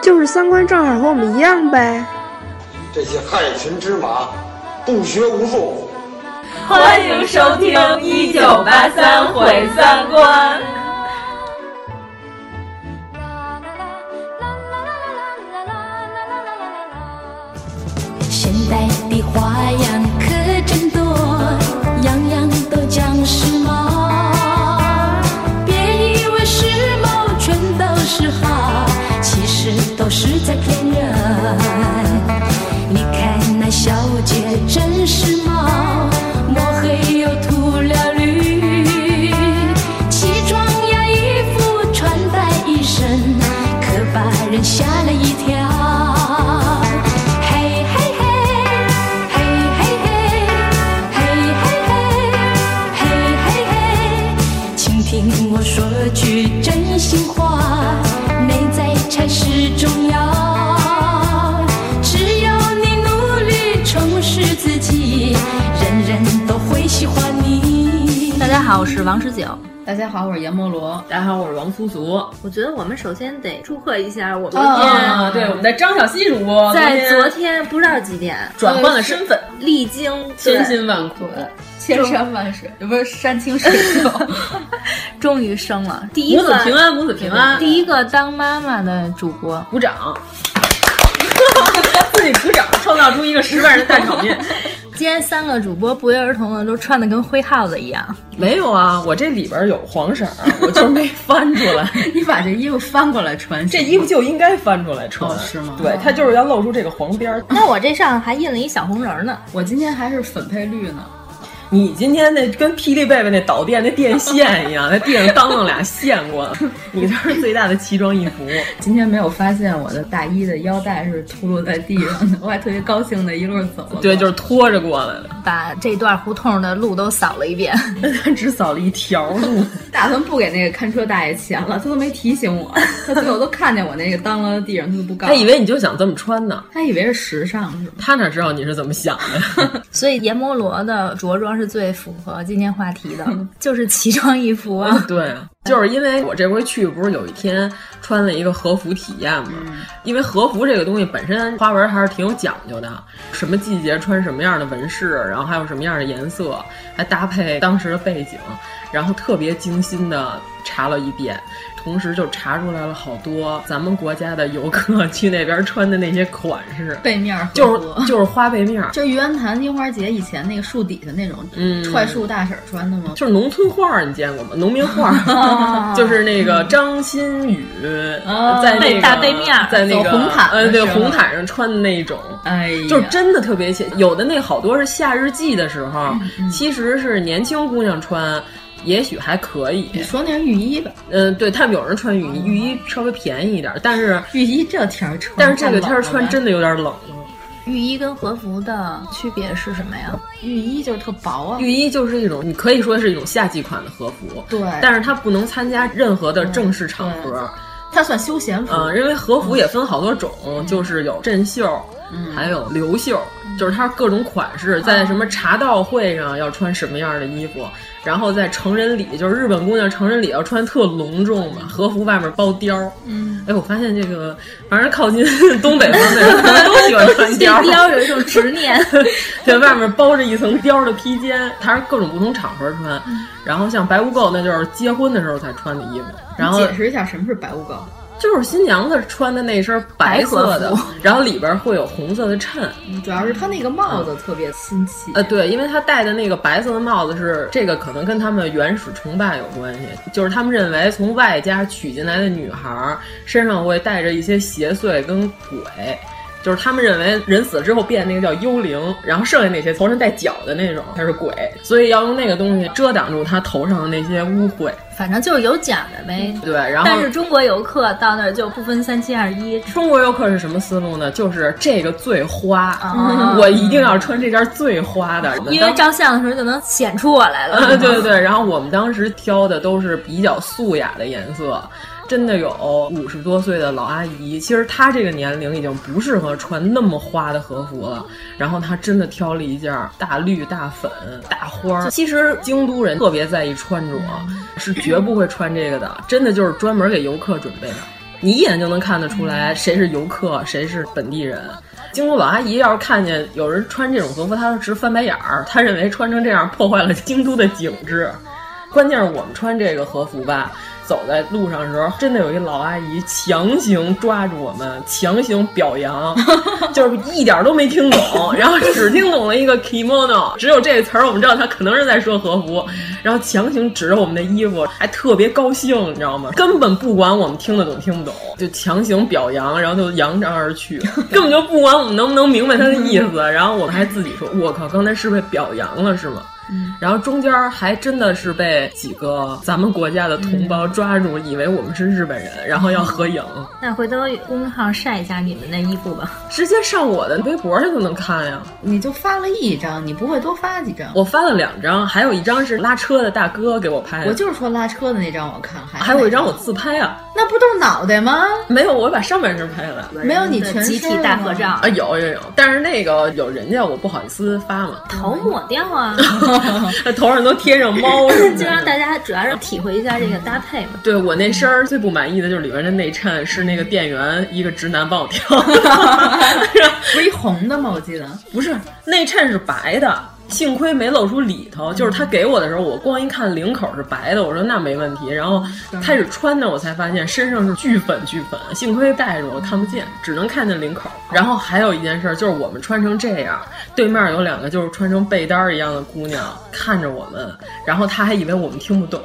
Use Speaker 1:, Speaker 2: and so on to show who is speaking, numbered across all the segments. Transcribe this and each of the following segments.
Speaker 1: 就是三观正好和我们一样呗。
Speaker 2: 这些害群之马，不学无术。
Speaker 3: 欢迎收听《一九八三毁三观》。
Speaker 4: 现代的花样可真多，样样都讲时髦。别以为时髦全都是好，其实都是在骗人。你看那小姐真时髦，抹黑又涂了绿，奇装呀衣服穿戴一身，可把人吓了一跳。听我说句真心话，内在才是重要。只要你努力充实自己，人人都会喜欢你。
Speaker 5: 大家好，我是王十九。
Speaker 3: 大家好，我是阎摩罗。
Speaker 6: 大家好，我是王苏苏。
Speaker 7: 我觉得我们首先得祝贺一下我们
Speaker 6: 啊，对，我们的张小西主播
Speaker 7: 在
Speaker 8: 啊
Speaker 7: 昨天不知道几点
Speaker 6: 转换了身份，
Speaker 7: 历经
Speaker 6: 千辛万苦，
Speaker 8: 千山万水，不是山清水 秀，
Speaker 7: 终于生了第一
Speaker 6: 个母
Speaker 9: 啊
Speaker 6: 子平安，母子平安，
Speaker 7: 第一个当妈妈的主播，
Speaker 6: 鼓掌， 自己鼓掌，创造出一个十万人大场面。
Speaker 7: 今天三个主播不约而同的都穿的跟灰耗子一样。
Speaker 6: 没有啊，我这里边有黄色，我就是没翻出来。
Speaker 8: 你把这衣服翻过来穿，
Speaker 6: 这 衣服就应该翻出来穿，
Speaker 8: 哦、是吗？
Speaker 6: 对，它就是要露出这个黄边儿。
Speaker 7: 那我这上还印了一小红人呢。
Speaker 8: 我今天还是粉配绿呢。
Speaker 6: 你今天那跟霹雳贝贝那导电那电线一样，在地上当啷俩线过。你这是最大的奇装异服。
Speaker 8: 今天没有发现我的大衣的腰带是秃噜在地上的，我还特别高兴的一路走了。
Speaker 6: 对，就是拖着过来的，
Speaker 7: 把这段胡同的路都扫了一遍，
Speaker 6: 只扫了一条 路。
Speaker 8: 打算不给那个看车大爷钱了，他都没提醒我， 他最后都看见我那个当啷地上，他都不告。
Speaker 6: 他以为你就想这么穿呢，
Speaker 8: 他以为是时尚是吗？
Speaker 6: 他哪知道你是怎么想的？
Speaker 7: 所以阎摩罗的着装。是最符合今天话题的，
Speaker 8: 嗯
Speaker 7: 就是奇装异服啊！
Speaker 6: 对，就是因为我这回去不是有一天穿了一个和服体验嘛，嗯、因为和服这个东西本身花纹还是挺有讲究的，什么季节穿什么样的纹饰，然后还有什么样的颜色，还搭配当时的背景，然后特别精心的查了一遍。同时就查出来了好多咱们国家的游客 去那边穿的那些款式，
Speaker 8: 背面
Speaker 6: 就是就是花背面，
Speaker 8: 就愚园潭樱花节以前那个树底下那种，嗯，踹树大婶穿的吗？
Speaker 6: 就是农村画，你见过吗？农民画，就是那个张馨予在那个
Speaker 7: 大背面，
Speaker 6: 在那个
Speaker 8: 红毯，
Speaker 6: 呃，对，红毯上穿的那种，
Speaker 8: 哎，
Speaker 6: 就是真的特别写。有的那好多是夏日祭的时候，其实是年轻姑娘穿。也许还可以。
Speaker 8: 你说那是浴衣吧？
Speaker 6: 嗯，对他们有人穿浴衣，浴衣稍微便宜一点，但是
Speaker 8: 浴衣这天儿穿，
Speaker 6: 但是这个天儿穿真的有点冷了。
Speaker 7: 浴衣跟和服的区别是什么呀？
Speaker 8: 浴衣就是特薄啊，
Speaker 6: 浴衣就是一种，你可以说是一种夏季款的和服，
Speaker 8: 对，
Speaker 6: 但是它不能参加任何的正式场合，
Speaker 8: 它算休闲服。
Speaker 6: 嗯，因为和服也分好多种，就是有镇袖，还有流袖。就是它各种款式，在什么茶道会上要穿什么样的衣服，然后在成人礼，就是日本姑娘成人礼要穿特隆重嘛，和服外面包貂。嗯，哎，我发现这个，反正靠近 东北方面，可能都喜欢穿貂。
Speaker 7: 貂有一种执 念，
Speaker 6: 对，外面包着一层貂的披肩，它是各种不同场合穿。然后像白污垢，那就是结婚的时候才穿的衣服。然后
Speaker 8: 解释一下什么是白污垢。
Speaker 6: 就是新娘子穿的那身白色的，嗯然后里边会有红色的衬，
Speaker 8: 嗯主要是她那个帽子特别新奇。
Speaker 6: 呃，对，因为她戴的那个白色的帽子是这个，可能跟他们原始崇拜有关系，就是他们认为从外家娶进来的女孩身上会带着一些邪祟跟鬼。就是他们认为人死了之后变那个叫幽灵，然后剩下那些头上带角的那种才是鬼，所以要用那个东西遮挡住他头上的那些污秽。
Speaker 7: 反正就是有讲的呗。
Speaker 8: 嗯
Speaker 6: 对，然后
Speaker 7: 但是中国游客到那儿就不分三七二十一。
Speaker 6: 中国游客是什么思路呢？就是这个最花，
Speaker 7: 啊
Speaker 6: 我一定要穿这件最花的，
Speaker 7: 因为照相的时候就能显出我来了。
Speaker 6: 对对对，然后我们当时挑的都是比较素雅的颜色。真的有五十多岁的老阿姨，其实她这个年龄已经不适合穿那么花的和服了。然后她真的挑了一件大绿、大粉、大花儿。其实京都人特别在意穿着，是绝不会穿这个的，真的就是专门给游客准备的。你一眼就能看得出来谁是游客，谁是本地人。京都老阿姨要是看见有人穿这种和服，她直翻白眼儿，她认为穿成这样破坏了京都的景致。关键是我们穿这个和服吧。走在路上的时候，真的有一老阿姨强行抓住我们，强行表扬，就是一点都没听懂，然后只听懂了一个 kimono，只有这个词儿我们知道她可能是在说和服，然后强行指着我们的衣服，还特别高兴，你知道吗？根本不管我们听得懂听不懂，就强行表扬，然后就扬长而去，根本就不管我们能不能明白她的意思。然后我们还自己说：“我靠，刚才是被表扬了是吗？”然后中间还真的是被几个咱们国家的同
Speaker 7: 嗯
Speaker 6: 胞抓住，以为我们是日本人，然后要合影。
Speaker 7: 那回头公号晒一下你们那衣服吧，
Speaker 6: 直接上我的微博上就能看呀。
Speaker 8: 你就发了一张，你不会多发几张？
Speaker 6: 我发了两张，还有一张是拉车的大哥给我拍的。
Speaker 8: 我就是说拉车的那张，我看还
Speaker 6: 还有一张我自拍啊，
Speaker 8: 那不都是脑袋吗？
Speaker 6: 没有，我把上半身拍下来了。
Speaker 8: 没有你全
Speaker 7: 集体大合照
Speaker 6: 啊，有有有，但是那个有人家我不好意思发嘛，
Speaker 7: 头抹掉啊，
Speaker 6: 头上都贴上猫什么
Speaker 7: 就让
Speaker 6: 的。
Speaker 7: 大 家主要是体会一下这个搭配嘛。
Speaker 6: 对我那身儿最不满意的就是里面的内衬是那个店员一个直男帮我 挑，
Speaker 8: 不是一红的吗？我记得
Speaker 6: 不是内衬是白的，幸亏没露出里头。就是他给我的时候，我光一看领口是白的，我说那没问题。然后开始穿着，我才发现身上是巨粉巨粉，幸亏戴着我看不见，只能看见领口。然后还有一件事就是我们穿成这样，对面有两个就是穿成被单儿一样的姑娘看着我们，然后她还以为我们听不懂。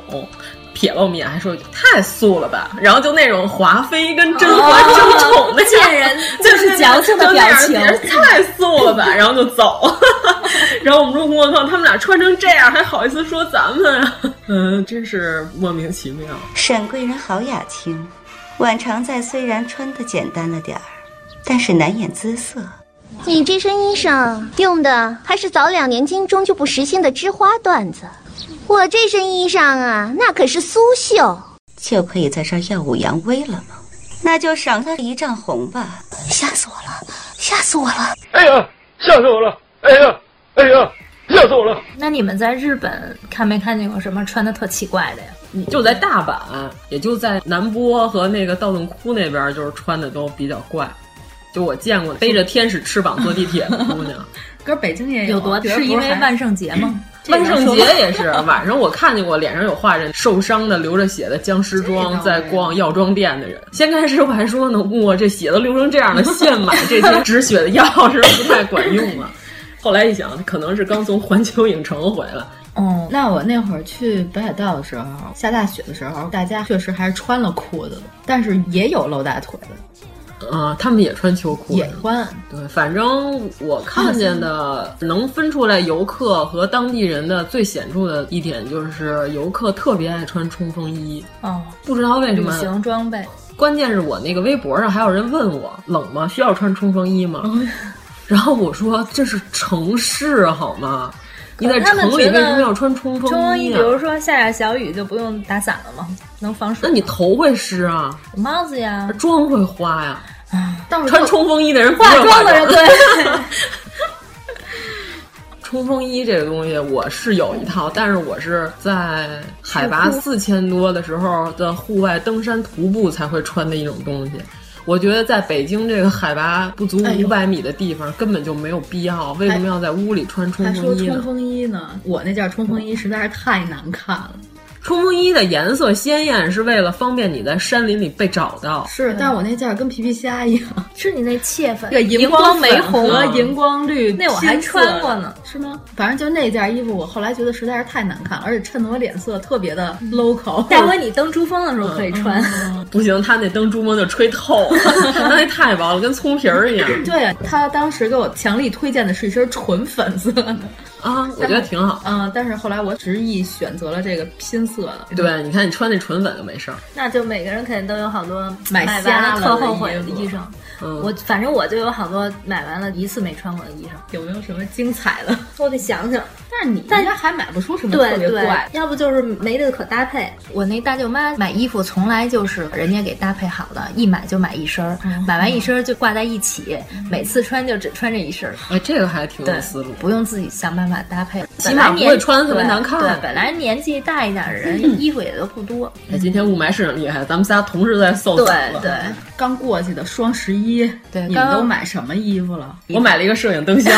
Speaker 6: 瞥了我们一眼，还说太素了吧，然后就那种华妃跟甄嬛争宠那样
Speaker 7: 见人
Speaker 6: 哦就
Speaker 7: 就是矫情的表
Speaker 6: 就
Speaker 7: 情
Speaker 6: 那样简直太素了吧，然后就走。 然后我们说，我靠，他们俩穿成这样，还好意思说咱们啊？ 嗯，真是莫名其妙。
Speaker 10: 沈贵人好雅清，晚常在虽然穿的简单了点儿，但是难掩姿色。
Speaker 11: 你这身衣裳用的还是早两年京中就不实行的织花缎子，我这身衣裳啊，那可是苏绣。
Speaker 10: 就可以在这儿耀武扬威了吗？那就赏他一丈红吧！吓死我了，吓死我了！
Speaker 12: 哎呀，吓死我了！哎呀，哎呀，吓死我了！
Speaker 7: 那你们在日本看没看见过什么穿的特奇怪的呀？
Speaker 6: 你就在大阪，也就在南波和那个道顿窟那边，就是穿的都比较怪。就我见过背着天使翅膀坐地铁的姑娘，
Speaker 8: 搁北京也啊
Speaker 7: 有多
Speaker 8: 觉得不
Speaker 7: 是因为
Speaker 8: 还嗯
Speaker 7: 万圣节吗？ 这
Speaker 6: 万
Speaker 7: 能
Speaker 6: 圣
Speaker 7: 说
Speaker 6: 节
Speaker 7: 吗
Speaker 6: 也 是晚上，我看见过脸上有画着受伤的、流着血的僵尸
Speaker 8: 这
Speaker 6: 装
Speaker 8: 倒
Speaker 6: 在逛药妆店的人。先开始我还说呢，哇，这血都流成这样了，现买这些止血的药是不是不太管用啊？后来一想，可能是刚从环球影城回来，
Speaker 8: 哦，那我那会儿去北海道的时候，下大雪的时候，大家确实还是穿了裤子的，但是也有露大腿的，
Speaker 6: 啊、他们也穿秋裤，
Speaker 8: 也穿。
Speaker 6: 对，反正我看见的
Speaker 7: 嗯
Speaker 6: 能分出来游客和当地人的最显著的一点就是，游客特别爱穿冲锋衣，
Speaker 7: 哦，
Speaker 6: 不知道为什
Speaker 7: 旅
Speaker 6: 么。
Speaker 7: 行装备。
Speaker 6: 关键是我那个微博上还有人问我冷吗？需要穿冲锋衣吗？
Speaker 7: 哦
Speaker 6: 然后我说这是城市好吗？你在城里为什么要穿冲锋
Speaker 7: 冲锋衣，
Speaker 6: 衣、
Speaker 7: 比
Speaker 6: 啊？
Speaker 7: 如说下点小雨就不用打伞了吗？能防水
Speaker 6: 那。你头会湿啊，
Speaker 8: 呃
Speaker 7: 帽子呀，
Speaker 6: 妆会花呀。
Speaker 8: 但是
Speaker 6: 穿冲锋衣的人不
Speaker 7: 化
Speaker 6: 会
Speaker 7: 妆的人对。
Speaker 6: 冲锋衣这个东西我是有一套，但是我是在海拔四千多的时候的户外登山徒步才会穿的一种东西。我觉得在北京这个海拔不足
Speaker 8: 哎呦
Speaker 6: 五百米的地方根本就没有必要，为什么要在屋里穿冲
Speaker 8: 还说
Speaker 6: 锋
Speaker 8: 冲
Speaker 6: 衣呢？
Speaker 8: 锋衣呢，我那件冲锋衣实在是太难看了。
Speaker 6: 冲锋衣的颜色鲜艳是为了方便你在山林里被找到。
Speaker 8: 是，但我那件跟皮皮虾一样，
Speaker 7: 嗯 是你那切粉，
Speaker 8: 这个
Speaker 7: 荧
Speaker 8: 光
Speaker 7: 玫
Speaker 8: 粉
Speaker 7: 红
Speaker 8: 和荧光绿，
Speaker 7: 那我还
Speaker 8: 金色
Speaker 7: 穿过呢
Speaker 8: 的
Speaker 9: 是吗？反正就那件衣服，我后来觉得实在是太难看，而且衬得我脸色特别的
Speaker 7: 嗯
Speaker 9: local。嗯
Speaker 7: 下回你登珠峰的时候可以穿。
Speaker 6: 不行，他那灯珠峰就吹透了， 他那太薄了，跟葱皮儿一样。
Speaker 9: 对他当时给我强力推荐的是一身纯粉色的
Speaker 6: 啊，我觉得挺好。
Speaker 9: 嗯，但是后来我执意选择了这个拼色的。
Speaker 6: 对，你看你穿那纯粉就没事儿。
Speaker 7: 那就每个人肯定都有好多
Speaker 9: 买
Speaker 7: 完
Speaker 9: 瞎了
Speaker 7: 特后悔
Speaker 9: 的
Speaker 7: 的
Speaker 9: 衣
Speaker 7: 衣
Speaker 9: 服
Speaker 7: 裳。
Speaker 6: 嗯
Speaker 7: 我反正我就有好多买完了一次没穿过的衣裳，
Speaker 9: 有没有什么精彩的？
Speaker 7: 我得想想。
Speaker 9: 但是你应
Speaker 7: 但
Speaker 9: 该还买不出什么特
Speaker 7: 对
Speaker 9: 别
Speaker 7: 对
Speaker 9: 怪，的。
Speaker 7: 要不就是没这个可搭配。我那大舅妈买衣服从来就是人家给搭配好的，一买就买一身儿，
Speaker 9: 嗯
Speaker 7: 买完一身儿就挂在一起，每次穿就只穿这一身儿。
Speaker 6: 哎，这个还挺
Speaker 7: 对
Speaker 6: 有思路，。
Speaker 7: 不用自己想办法搭配，
Speaker 6: 起码
Speaker 7: 本来
Speaker 6: 不会
Speaker 7: 年
Speaker 6: 穿特别
Speaker 7: 对
Speaker 6: 难看
Speaker 7: 对，本来年纪大一点的
Speaker 9: 嗯
Speaker 7: 人衣服也都不多。
Speaker 6: 哎，今天雾霾是很厉害，咱们仨同时在搜索
Speaker 7: 对对，
Speaker 9: 刚过去的双十一，
Speaker 7: 对
Speaker 9: 你
Speaker 7: 刚
Speaker 9: 们
Speaker 7: 刚
Speaker 9: 都买什么衣服了？
Speaker 6: 我买了一个摄影灯 箱，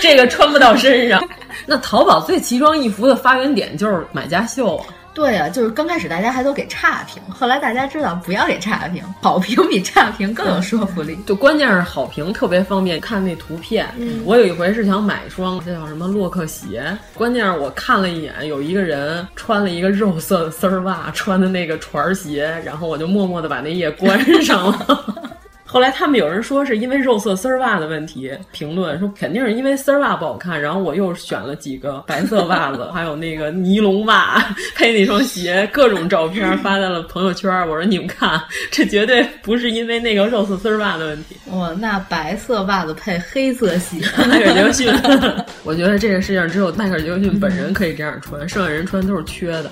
Speaker 6: 这个穿不到身上。那淘宝最奇装异服的发源点就是买家秀啊，
Speaker 9: 对呀、就是刚开始大家还都给差评，后来大家知道不要给差评，好评比差评更有说服力。
Speaker 6: 就关键是好评特别方便，看那图片。
Speaker 9: 嗯
Speaker 6: 我有一回是想买一双这叫什么洛克鞋，关键是我看了一眼，有一个人穿了一个肉色的丝儿袜，穿的那个船儿鞋，然后我就默默的把那页关上了。后来他们有人说是因为肉色丝儿袜的问题，评论说肯定是因为丝儿袜不好看，然后我又选了几个白色袜 子，还有那个尼龙袜 配那双鞋，各种照片发在了朋友圈。我说你们看，这绝对不是因为那个肉色丝儿袜的 问题。
Speaker 7: 嗯
Speaker 9: 哇，那白色袜子配黑色 鞋，
Speaker 6: 迈克尔杰克逊， 我觉得这个世界上只有迈克尔杰克逊本人可以这样穿，剩下人穿都是缺的。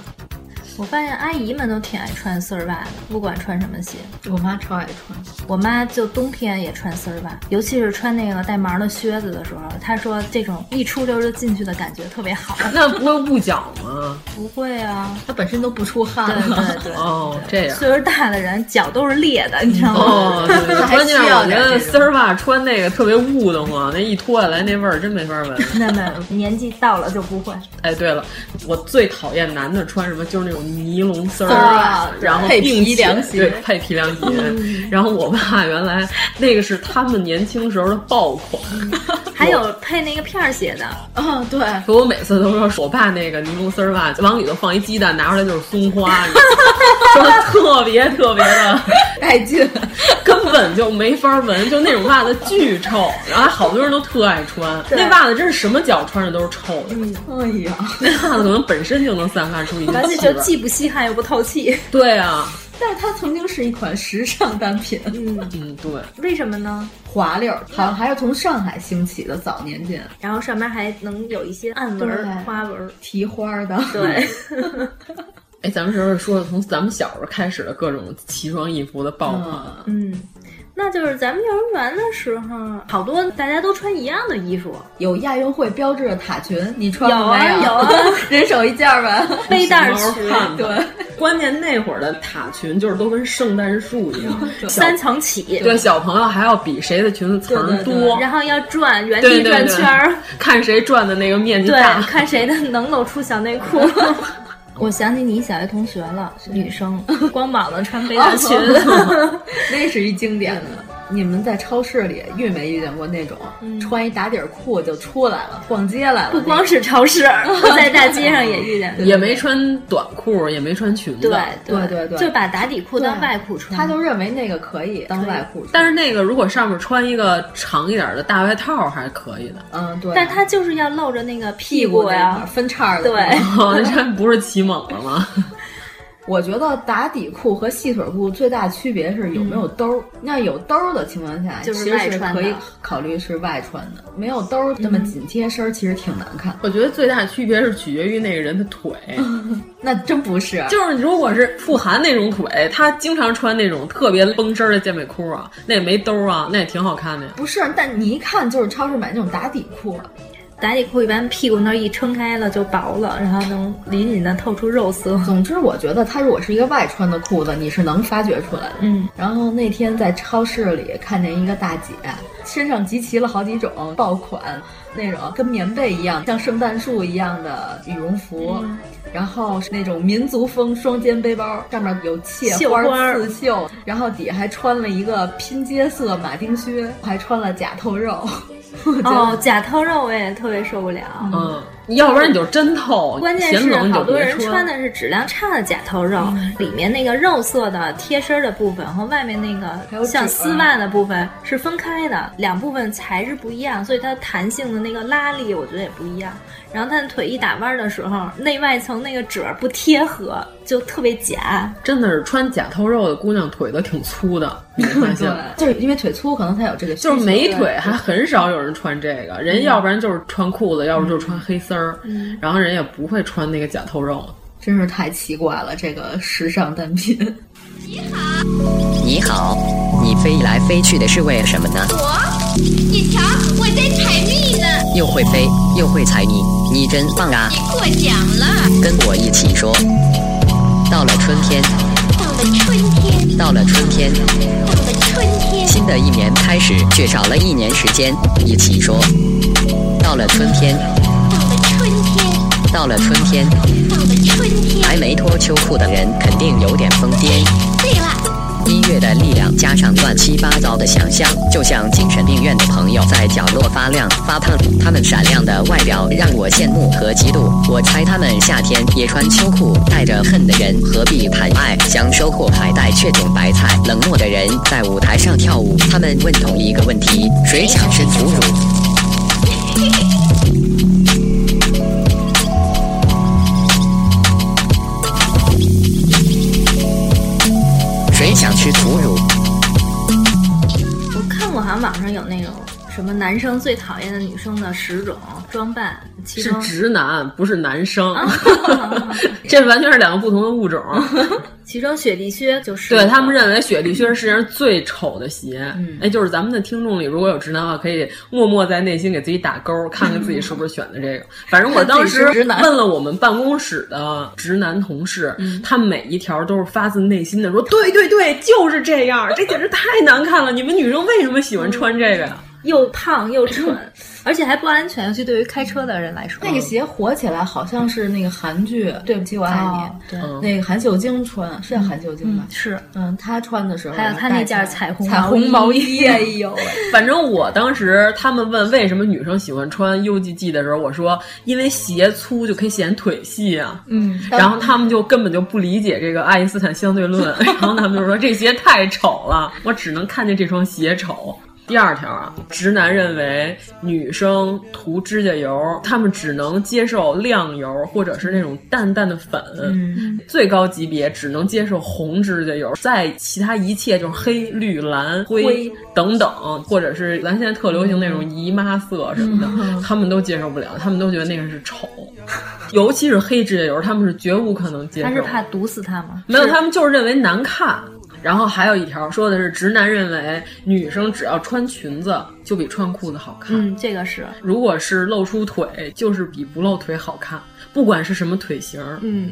Speaker 7: 我发现阿姨们都挺爱穿丝儿袜的，不管穿什么鞋。
Speaker 9: 我妈超爱穿。
Speaker 7: 我妈就冬天也穿丝儿袜，尤其是穿那个带毛的靴子的时候，她说这种一出溜就进去的感觉特别好。
Speaker 6: 那不会捂脚吗？
Speaker 7: 不会啊，
Speaker 9: 她本身都不出汗
Speaker 7: 对
Speaker 9: 了，
Speaker 7: 对 对，
Speaker 6: 哦，这样。
Speaker 7: 岁数大的人脚都是裂的，你知道吗？
Speaker 6: 哦，对对
Speaker 7: 还
Speaker 6: 关
Speaker 7: 需
Speaker 6: 键是
Speaker 7: 要
Speaker 6: 我
Speaker 7: 点
Speaker 6: 觉得
Speaker 7: 这
Speaker 6: 丝儿袜穿那个特别雾得慌，那一脱下来那味儿真没法闻。
Speaker 7: 个。那么年纪到了就不会。
Speaker 6: 哎，对了，我最讨厌男的穿什么，就是那种尼龙丝儿
Speaker 7: 丝儿袜对
Speaker 6: 然后
Speaker 9: 配
Speaker 6: 并且
Speaker 9: 皮凉鞋
Speaker 6: 对，配皮凉鞋。
Speaker 7: 嗯
Speaker 6: 然后我爸原来那个是他们年轻时候的爆款，
Speaker 7: 还有配那个片儿鞋的，
Speaker 9: 嗯、对，
Speaker 6: 可我每次都说，我爸那个尼龙丝儿袜往里头放一鸡蛋，拿出来就是松花，你知道吗 说特别特别的
Speaker 9: 带劲。
Speaker 6: 根本就没法闻，就那种袜子巨臭，然后还好多人都特爱穿。
Speaker 7: 对嗯
Speaker 6: 那袜子真是什么脚穿着都是臭的，
Speaker 9: 哎呀，
Speaker 6: 那袜子可能本身就能散发出一个
Speaker 7: 而且
Speaker 6: 气味
Speaker 7: 就
Speaker 6: 儿。
Speaker 7: 既不吸汗又不透气。
Speaker 6: 对啊，
Speaker 9: 但是它曾经是一款时尚单品，
Speaker 7: 嗯，
Speaker 6: 嗯对，
Speaker 7: 为什么呢？
Speaker 9: 滑溜儿，好像还是从上海兴起的早年间，
Speaker 7: 然后上面还能有一些暗纹
Speaker 9: 对
Speaker 7: 儿、花纹儿。
Speaker 9: 提花儿的。
Speaker 7: 对，
Speaker 6: 哎，咱们是不是说了从咱们小时候开始的各种奇装异服的爆款？
Speaker 9: 嗯，
Speaker 7: 嗯，那就是咱们幼儿园的时候，好多大家都穿一样的衣服，
Speaker 9: 有亚运会标志的塔裙，你穿过没
Speaker 7: 有啊有啊
Speaker 9: 人手一件儿吧。
Speaker 7: 背带
Speaker 6: 熊猫
Speaker 7: 裙，
Speaker 6: 汉子
Speaker 9: 对，
Speaker 6: 关键那会儿的塔裙就是都跟圣诞树一 样，
Speaker 7: 三层起，
Speaker 6: 对小朋友还要比谁的裙子层儿多。
Speaker 7: 然后要转原
Speaker 6: 对
Speaker 7: 地
Speaker 6: 对
Speaker 7: 转
Speaker 6: 对
Speaker 7: 圈儿，
Speaker 6: 看谁转的那个面积
Speaker 7: 对
Speaker 6: 大。
Speaker 7: 看谁的能露出小内裤。 嗯我想起你小学同学了，女生光膀子穿背带裙，
Speaker 9: 那是一经典的。你们在超市里遇没遇见过那种、穿一打底儿裤就出来了，逛街来了？
Speaker 7: 嗯不光是超市，我在大街上也遇见过。
Speaker 6: 也没穿短裤，也没穿裙子。
Speaker 7: 对
Speaker 9: 对对对
Speaker 7: 就把打底裤当外裤
Speaker 9: 那
Speaker 7: 穿。
Speaker 9: 他就认为那个可以当外裤穿。
Speaker 6: 但是那个如果上面穿一个长一点的大外套还是可以的，
Speaker 9: 嗯，对，
Speaker 7: 但他就是要露着那个
Speaker 9: 屁
Speaker 7: 屁
Speaker 9: 股
Speaker 7: 股
Speaker 9: 那块儿
Speaker 7: 呀，
Speaker 9: 分叉儿的。
Speaker 7: 对，
Speaker 6: 哦，这不是起猛了吗？
Speaker 9: 我觉得打底裤和细腿裤最大区别是有没有兜儿。那有兜儿的情况下，
Speaker 7: 嗯就是
Speaker 9: 其实
Speaker 7: 外
Speaker 9: 是
Speaker 7: 穿
Speaker 9: 可以
Speaker 7: 的嗯
Speaker 9: 考虑是外穿的。没有兜儿那么紧贴身儿，其实挺难看。
Speaker 6: 我觉得最大区别是取决于那个人的腿，
Speaker 9: 那真不是， 啊
Speaker 6: 就是如果是富含那种腿，他经常穿那种特别绷身儿的健美裤啊，那也没兜啊，那也挺好看的呀。
Speaker 9: 不是。但你一看就是超市买那种打底裤，啊
Speaker 7: 打底裤一般屁股那儿一撑开了就薄了，然后能隐隐的透出肉色。
Speaker 9: 总之，我觉得它如果是一个外穿的裤子，你是能发掘出来的。
Speaker 7: 嗯，
Speaker 9: 然后那天在超市里看见一个大姐，身上集齐了好几种爆款，那种跟棉被一样、像圣诞树一样的羽绒服，
Speaker 8: 嗯
Speaker 9: 然后是那种民族风双肩背包，上面有切
Speaker 7: 绣
Speaker 9: 花
Speaker 7: 花儿
Speaker 9: 刺绣，然后底下还穿了一个拼接色马丁靴，还穿了假透肉。
Speaker 7: 哦，假透肉我也特别受不了。
Speaker 6: 嗯，要不然你就真 透，
Speaker 7: 关键
Speaker 6: 嫌
Speaker 7: 是
Speaker 6: 冷你
Speaker 7: 好
Speaker 6: 就
Speaker 7: 多
Speaker 6: 别嗯
Speaker 7: 人穿的是质量差的假透肉，里面那个肉色的贴身的部分和外面那个
Speaker 6: 啊
Speaker 7: 像丝袜的部分是分开的，两部分材质不一样，所以它弹性的那个拉力我觉得也不一样。然后它的腿一打弯的时候，内外层那个褶儿不贴合，就特别假。
Speaker 6: 真的是穿假透肉的姑娘腿都挺粗的，你没发 现吗？
Speaker 8: 就是因为腿粗，可能才有这个需
Speaker 6: 就
Speaker 8: 求。
Speaker 6: 是美腿
Speaker 8: 对
Speaker 6: 还很少有人穿这个，人要不然就是穿裤子，要不就是穿黑丝儿，
Speaker 8: 嗯
Speaker 6: 然后人也不会穿那个假透肉。
Speaker 8: 真是太奇怪了，这个时尚单品。
Speaker 13: 你好，你飞来飞去的是为什么呢？
Speaker 11: 我，你瞧，我在采蜜呢，
Speaker 13: 又会飞，又会采蜜，你真棒啊！
Speaker 11: 获奖了。
Speaker 13: 跟我一起说，到了春天，
Speaker 11: 到了春天，
Speaker 13: 到了春天，
Speaker 11: 到了春天，
Speaker 13: 新的一年开始，却少了一年时间。一起说，到了春天，
Speaker 11: 到了春天，
Speaker 13: 到了春天，
Speaker 11: 到了春天。
Speaker 13: 还没脱秋裤的人肯定有点疯癫。
Speaker 11: 对了，
Speaker 13: 音乐的力量加上乱七八糟的想象，就像精神病院的朋友在角落发亮发胖，他们闪亮的外表让我羡慕和嫉妒。我猜他们夏天也穿秋裤，带着恨的人何必谈爱？想收获海带却种白菜，冷漠的人在舞台上跳舞，他们问同一个问题：谁强身腐乳？谁想吃腐乳？
Speaker 7: 我看过，好像网上有那种什么男生最讨厌的女生的十种装扮，其
Speaker 6: 是
Speaker 7: 中
Speaker 6: 直男，不是男生，
Speaker 8: 啊
Speaker 6: 这完全是两个不同的物种。
Speaker 7: 其中雪地靴就是
Speaker 6: 对他们认为雪地靴是世界上最丑的鞋。
Speaker 8: 嗯
Speaker 6: 哎，就是咱们的听众里如果有直男的话，可以默默在内心给自己打 勾，看看自己是不是选的这个。反正我当时
Speaker 8: 看自己是直男嗯
Speaker 6: 问了我们办公室的直男同事，他每一条都是发自内心的说：“对对对，就是这样，这简直太难看了！你们女生为什么喜欢穿这个呀？”
Speaker 7: 又胖又蠢，而且还不安全，尤其对于开车的人来说。
Speaker 8: 那个鞋火起来好像是那个韩剧《对不起我爱你》，
Speaker 6: 嗯
Speaker 7: 哦对
Speaker 8: 那个韩秀晶穿是韩秀晶吧？
Speaker 7: 是，
Speaker 8: 嗯，她穿的时候，
Speaker 7: 还有她那件
Speaker 8: 彩
Speaker 7: 虹
Speaker 8: 彩
Speaker 7: 毛衣
Speaker 8: 虹毛衣，哎 呦喂，
Speaker 6: 反正我当时他们问为什么女生喜欢穿 UGG 的时候，我说因为鞋粗就可以显腿细啊。
Speaker 8: 嗯
Speaker 6: 然后他们就根本就不理解这个爱因斯坦相对论，然后他们就说这鞋太丑了，我只能看见这双鞋丑。第二条啊，直男认为女生涂指甲油，他们只能接受亮油或者是那种淡淡的粉，
Speaker 8: 嗯
Speaker 6: 最高级别只能接受红指甲油，在其他一切就是黑、绿、蓝、
Speaker 8: 灰
Speaker 6: 灰等等，或者是咱现在特流行那种姨妈色什么的，
Speaker 8: 嗯
Speaker 6: 他们都接受不了，他们都觉得那个是丑，尤其是黑指甲油，他们是绝无可能接受
Speaker 7: 他
Speaker 6: 的。
Speaker 7: 是怕毒死他吗？
Speaker 6: 没有，
Speaker 7: 是
Speaker 6: 他们就是认为难看。然后还有一条说的是，直男认为女生只要穿裙子就比穿裤子好看。
Speaker 7: 嗯，这个是
Speaker 6: 如果是露出腿，就是比不露腿好看，不管是什么腿型。
Speaker 7: 嗯，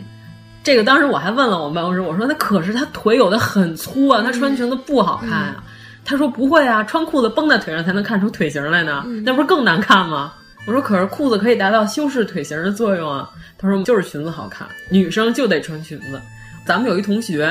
Speaker 6: 这个当时我还问了我们办公室，我说那可是她腿有的很粗啊，她穿裙子不好看啊。她说不会啊，穿裤子绷在腿上才能看出腿型来呢，
Speaker 8: 嗯
Speaker 6: 那不是更难看吗？我说可是裤子可以达到修饰腿型的作用啊。她说就是裙子好看，女生就得穿裙子。咱们有一同学，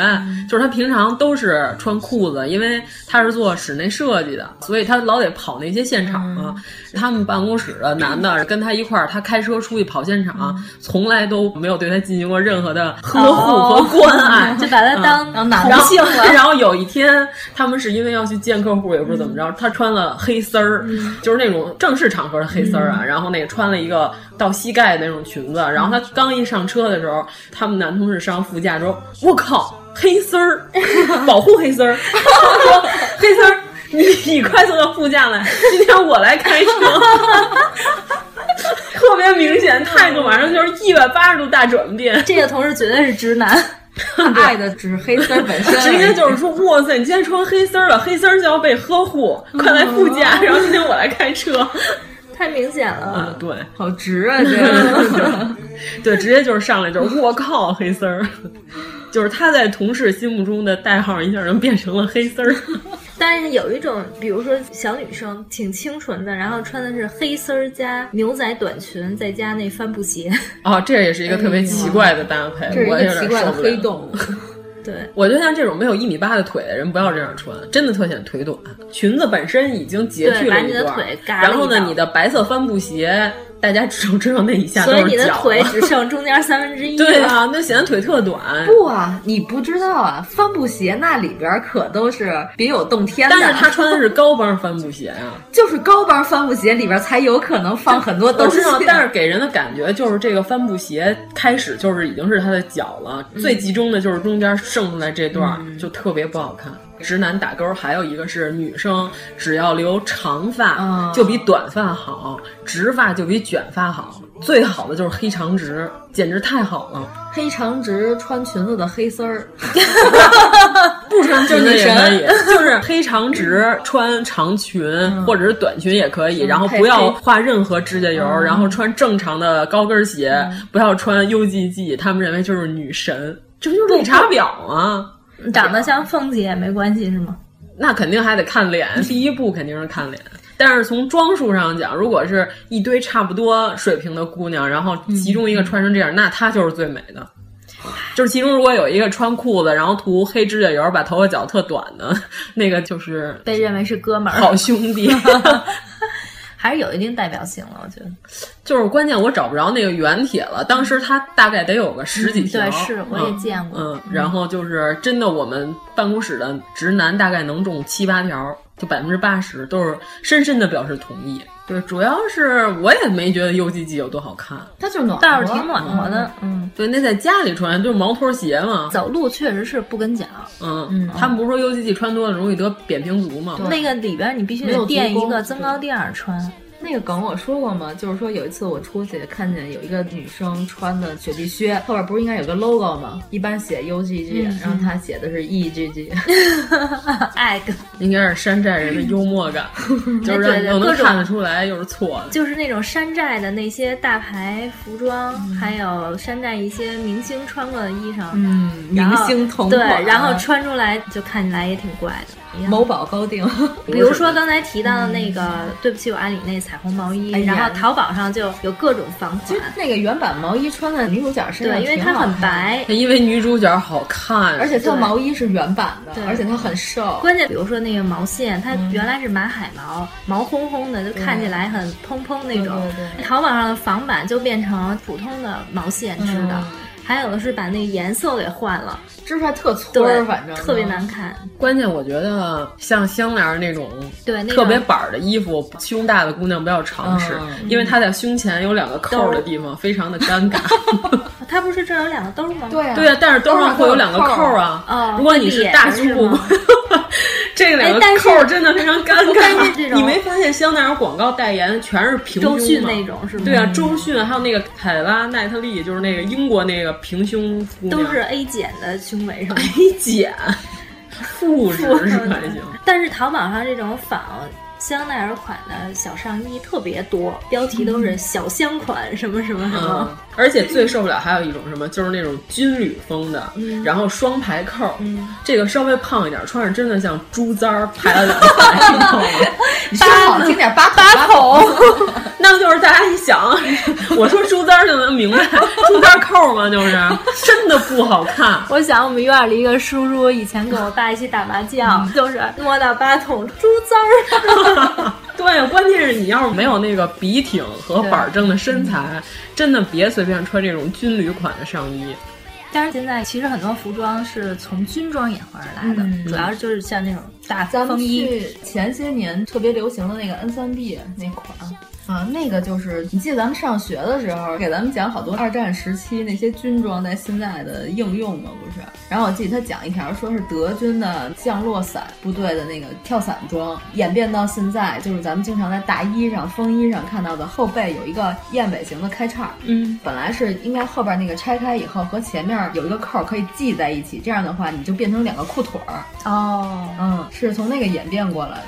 Speaker 6: 就是他平常都是穿裤子，因为他是做室内设计的，所以他老得跑那些现场嘛。他们办公室的男的跟他一块儿，他开车出去跑现场，从来都没有对他进行过任何的呵护和关 爱，
Speaker 7: 哦就把他当
Speaker 6: 嗯
Speaker 7: 男
Speaker 6: 然后
Speaker 7: 性了
Speaker 6: 然后有一天，他们是因为要去见客户，也不知道怎么着，他穿了黑丝儿，就是那种正式场合的黑丝儿啊，然后那个穿了一个到膝盖的那种裙子，然后他刚一上车的时候，他们男同事上副驾说：“我靠，黑丝儿，保护黑丝儿。”他说：“黑丝儿，你你快坐到副驾来，今天我来开车。”特别明显，态度马上就是一百八十度大转变。
Speaker 7: 这个同事绝对是直男，
Speaker 8: 爱的只是黑丝儿本 身，
Speaker 6: 直接就是说，哇塞，你今天穿黑丝儿了，黑丝儿就要被呵护，快来副驾，然后今天我来开车。
Speaker 7: 太明显了。
Speaker 6: 啊， 对，
Speaker 8: 好直啊，这 个
Speaker 6: 对，直接就是上来就是我靠黑丝儿，就是他在同事心目中的代号一下就变成了黑丝 儿。
Speaker 7: 但是有一种，比如说小女生挺清纯的，然后穿的是黑丝儿加牛仔短裙，再加那帆布鞋，
Speaker 6: 哦，这也是一个特别奇怪的搭配，
Speaker 7: 这是一个
Speaker 6: 我有点
Speaker 7: 奇怪的
Speaker 6: 受不了
Speaker 7: 黑洞。对，
Speaker 6: 我就像这种没有一米八的腿的人，不要这样穿，真的特显腿短。裙子本身已经截去
Speaker 7: 对把
Speaker 6: 了
Speaker 7: 你
Speaker 6: 一
Speaker 7: 的
Speaker 6: 段
Speaker 7: 腿
Speaker 6: 儿，
Speaker 7: 嘎
Speaker 6: 然后
Speaker 7: 了
Speaker 6: 呢
Speaker 7: 一，道
Speaker 6: 你的白色帆布鞋，大家只能知道那以下都
Speaker 7: 所
Speaker 6: 是
Speaker 7: 以你的
Speaker 6: 脚
Speaker 7: 腿
Speaker 6: 了
Speaker 7: 只剩中间三分之一 了。
Speaker 6: 对啊，那显得腿特短。
Speaker 9: 不啊，你不知道啊，帆布鞋那里边可都是别有洞天的。
Speaker 6: 但是他穿的是高帮帆布鞋啊，
Speaker 9: 就是高帮帆布鞋里边才有可能放很多
Speaker 6: 我
Speaker 9: 东 西
Speaker 6: 知。道，但是给人的感觉就是这个帆布鞋开始就是已经是他的脚了，
Speaker 9: 嗯
Speaker 6: 最集中的就是中间剩出来这段儿、就特别不好看。直男打勾，还有一个是女生只要留长发、
Speaker 9: 啊
Speaker 6: 就比短发好，直发就比卷发好，最好的就是黑长直，简直太好了。
Speaker 9: 黑长直穿裙子的黑丝儿，
Speaker 6: 不穿
Speaker 9: 就是女神
Speaker 6: 就是黑长直穿长裙、或者是短裙也可以，
Speaker 9: 嗯
Speaker 6: 然后
Speaker 9: 配
Speaker 6: 不要
Speaker 9: 配嗯
Speaker 6: 画任何指甲油，然后穿正常的高跟鞋，不要穿 UGG，他们认为就是女神，这不就是绿茶婊吗？
Speaker 7: 长得像凤姐也没关系是吗？
Speaker 6: 那肯定还得看脸，第一步肯定是看脸。但是从装束上讲，如果是一堆差不多水平的姑娘，然后
Speaker 9: 嗯
Speaker 6: 其中一个穿成这样，那她就是最美的。就是其中如果有一个穿裤子，然后涂黑指甲油，把头发剪得特短的，那个就是
Speaker 7: 被认为是哥们儿，
Speaker 6: 好兄 弟。
Speaker 7: 还是有一定代表性了，我觉得。
Speaker 6: 就是关键我找不着那个原帖了，当时它大概得有个十几条，
Speaker 7: 嗯对是我也见过
Speaker 6: 嗯，
Speaker 7: 嗯
Speaker 6: 然后就是真的，我们办公室的直男大概能中七八条，就百分之八十都是深深的表示同意。对，主要是我也没觉得 UGG 有多好看，
Speaker 9: 它就是暖
Speaker 7: 倒是挺暖和的，嗯，
Speaker 6: 对，那在家里穿就是毛拖鞋嘛。
Speaker 7: 走路确实是不跟脚，
Speaker 6: 嗯，他们不是说 UGG 穿多了容易得扁平足吗？
Speaker 7: 那个里边你必须
Speaker 9: 没有
Speaker 7: 得
Speaker 9: 足
Speaker 7: 垫一
Speaker 9: 弓
Speaker 7: 个增高垫儿穿，
Speaker 9: 那个梗我说过吗？就是说有一次我出去看见有一个女生穿的雪地靴，后边不是应该有个 logo 吗？一般写 UGG，、
Speaker 7: 嗯
Speaker 9: 然后她写的是 E EGG，
Speaker 7: 爱个
Speaker 6: 应该是山寨人的幽默 感，就是让
Speaker 7: 对
Speaker 6: 你
Speaker 7: 对
Speaker 6: 又能
Speaker 7: 各种
Speaker 6: 看得出来又是错的。
Speaker 7: 就是那种山寨的那些大牌服装，嗯还有山寨一些明星穿过的衣裳，
Speaker 9: 嗯
Speaker 7: 然后
Speaker 9: 明星同
Speaker 7: 对
Speaker 9: 款，啊
Speaker 7: 然后穿出来就看起来也挺怪的。一样
Speaker 9: 某宝高定。
Speaker 7: 比如说刚才提到的那个“对不起，我爱你”那彩虹毛衣
Speaker 9: 嗯哎，呀
Speaker 7: 然后淘宝上就有各种仿
Speaker 9: 其
Speaker 7: 款
Speaker 9: 实，那个原版毛衣穿在女主角身上
Speaker 7: 啊对，
Speaker 9: 挺好看的，
Speaker 7: 因为它很白，
Speaker 6: 因为女主角好看，
Speaker 9: 而且它
Speaker 7: 对
Speaker 9: 毛衣是原版的
Speaker 7: 对，
Speaker 9: 而且它很瘦。
Speaker 7: 关键，比如说那个毛线，它
Speaker 9: 嗯
Speaker 7: 原来是马海毛，毛烘烘的，就看起来很蓬蓬那种。
Speaker 9: 对对
Speaker 7: 淘宝上的仿版就变成普通的毛线
Speaker 9: 嗯
Speaker 7: 织的，还有的是把那个颜色给换了，
Speaker 9: 织出来特粗
Speaker 7: 对
Speaker 9: 儿，，反正嗯
Speaker 7: 特别难看。
Speaker 6: 关键我觉得像香莲儿那种
Speaker 7: 对那种
Speaker 6: 特别板儿的衣服，胸大的姑娘不要尝试，
Speaker 9: 嗯
Speaker 6: 因为她在胸前有两个扣儿的地方非常的尴尬。
Speaker 7: 它不是这儿有两个兜吗？
Speaker 9: 对啊
Speaker 6: 对啊，但是兜上会有两个扣儿啊。
Speaker 7: 哦
Speaker 6: 如果你是大胸部，这两个
Speaker 7: 哎但是
Speaker 6: 扣儿真的非常尴
Speaker 7: 但是这
Speaker 6: 尬。
Speaker 7: 种
Speaker 6: 你没发现香奈儿广告代言全是平胸吗
Speaker 7: 周迅那种是吗？
Speaker 6: 对啊，周迅还有那个凯拉奈特利，就是那个英国那个平胸姑娘
Speaker 7: 都是 A 减的胸围是吗？
Speaker 6: A 减，负值是吧？已经。
Speaker 7: 但是淘宝上这种仿香奈儿款的小上衣特别多，标题都是小香款什么什么什么。
Speaker 6: 嗯，而且最受不了还有一种什么，就是那种军旅风的，
Speaker 7: 嗯
Speaker 6: 然后双排扣，
Speaker 7: 嗯
Speaker 6: 这个稍微胖一点，穿上真的像猪簪儿排了两 排，你懂吗？
Speaker 9: 你说好听点，八八
Speaker 6: 口，那就是大家一想，我说猪簪儿就能明白，猪簪儿扣嘛， 就是真的不好看。
Speaker 7: 我想我们院里一个叔叔以前跟我爸一起打麻将，就是摸到八筒猪簪儿，
Speaker 6: 对，关键是你要是没有那个笔挺和板正的身材，真的别随便穿这种军旅款的上衣。
Speaker 7: 但是现在其实很多服装是从军装演化而来的，
Speaker 9: 嗯
Speaker 7: 主要就是像那种大
Speaker 9: 咱们
Speaker 7: 风衣。
Speaker 9: 去前些年特别流行的那个 N 三 B 那款啊，那个就是你记得咱们上学的时候给咱们讲好多二战时期那些军装在现在的应用嘛，不是？然后我记得他讲一条，说是德军的降落伞部队的那个跳伞装演变到现在，就是咱们经常在大衣上、风衣上看到的后背有一个燕尾型的开叉，
Speaker 7: 嗯，
Speaker 9: 本来是应该后边那个拆开以后和前面有一个扣儿可以系在一起，这样的话你就变成两个裤腿儿。
Speaker 7: 哦，
Speaker 9: 嗯，是从那个演变过来的。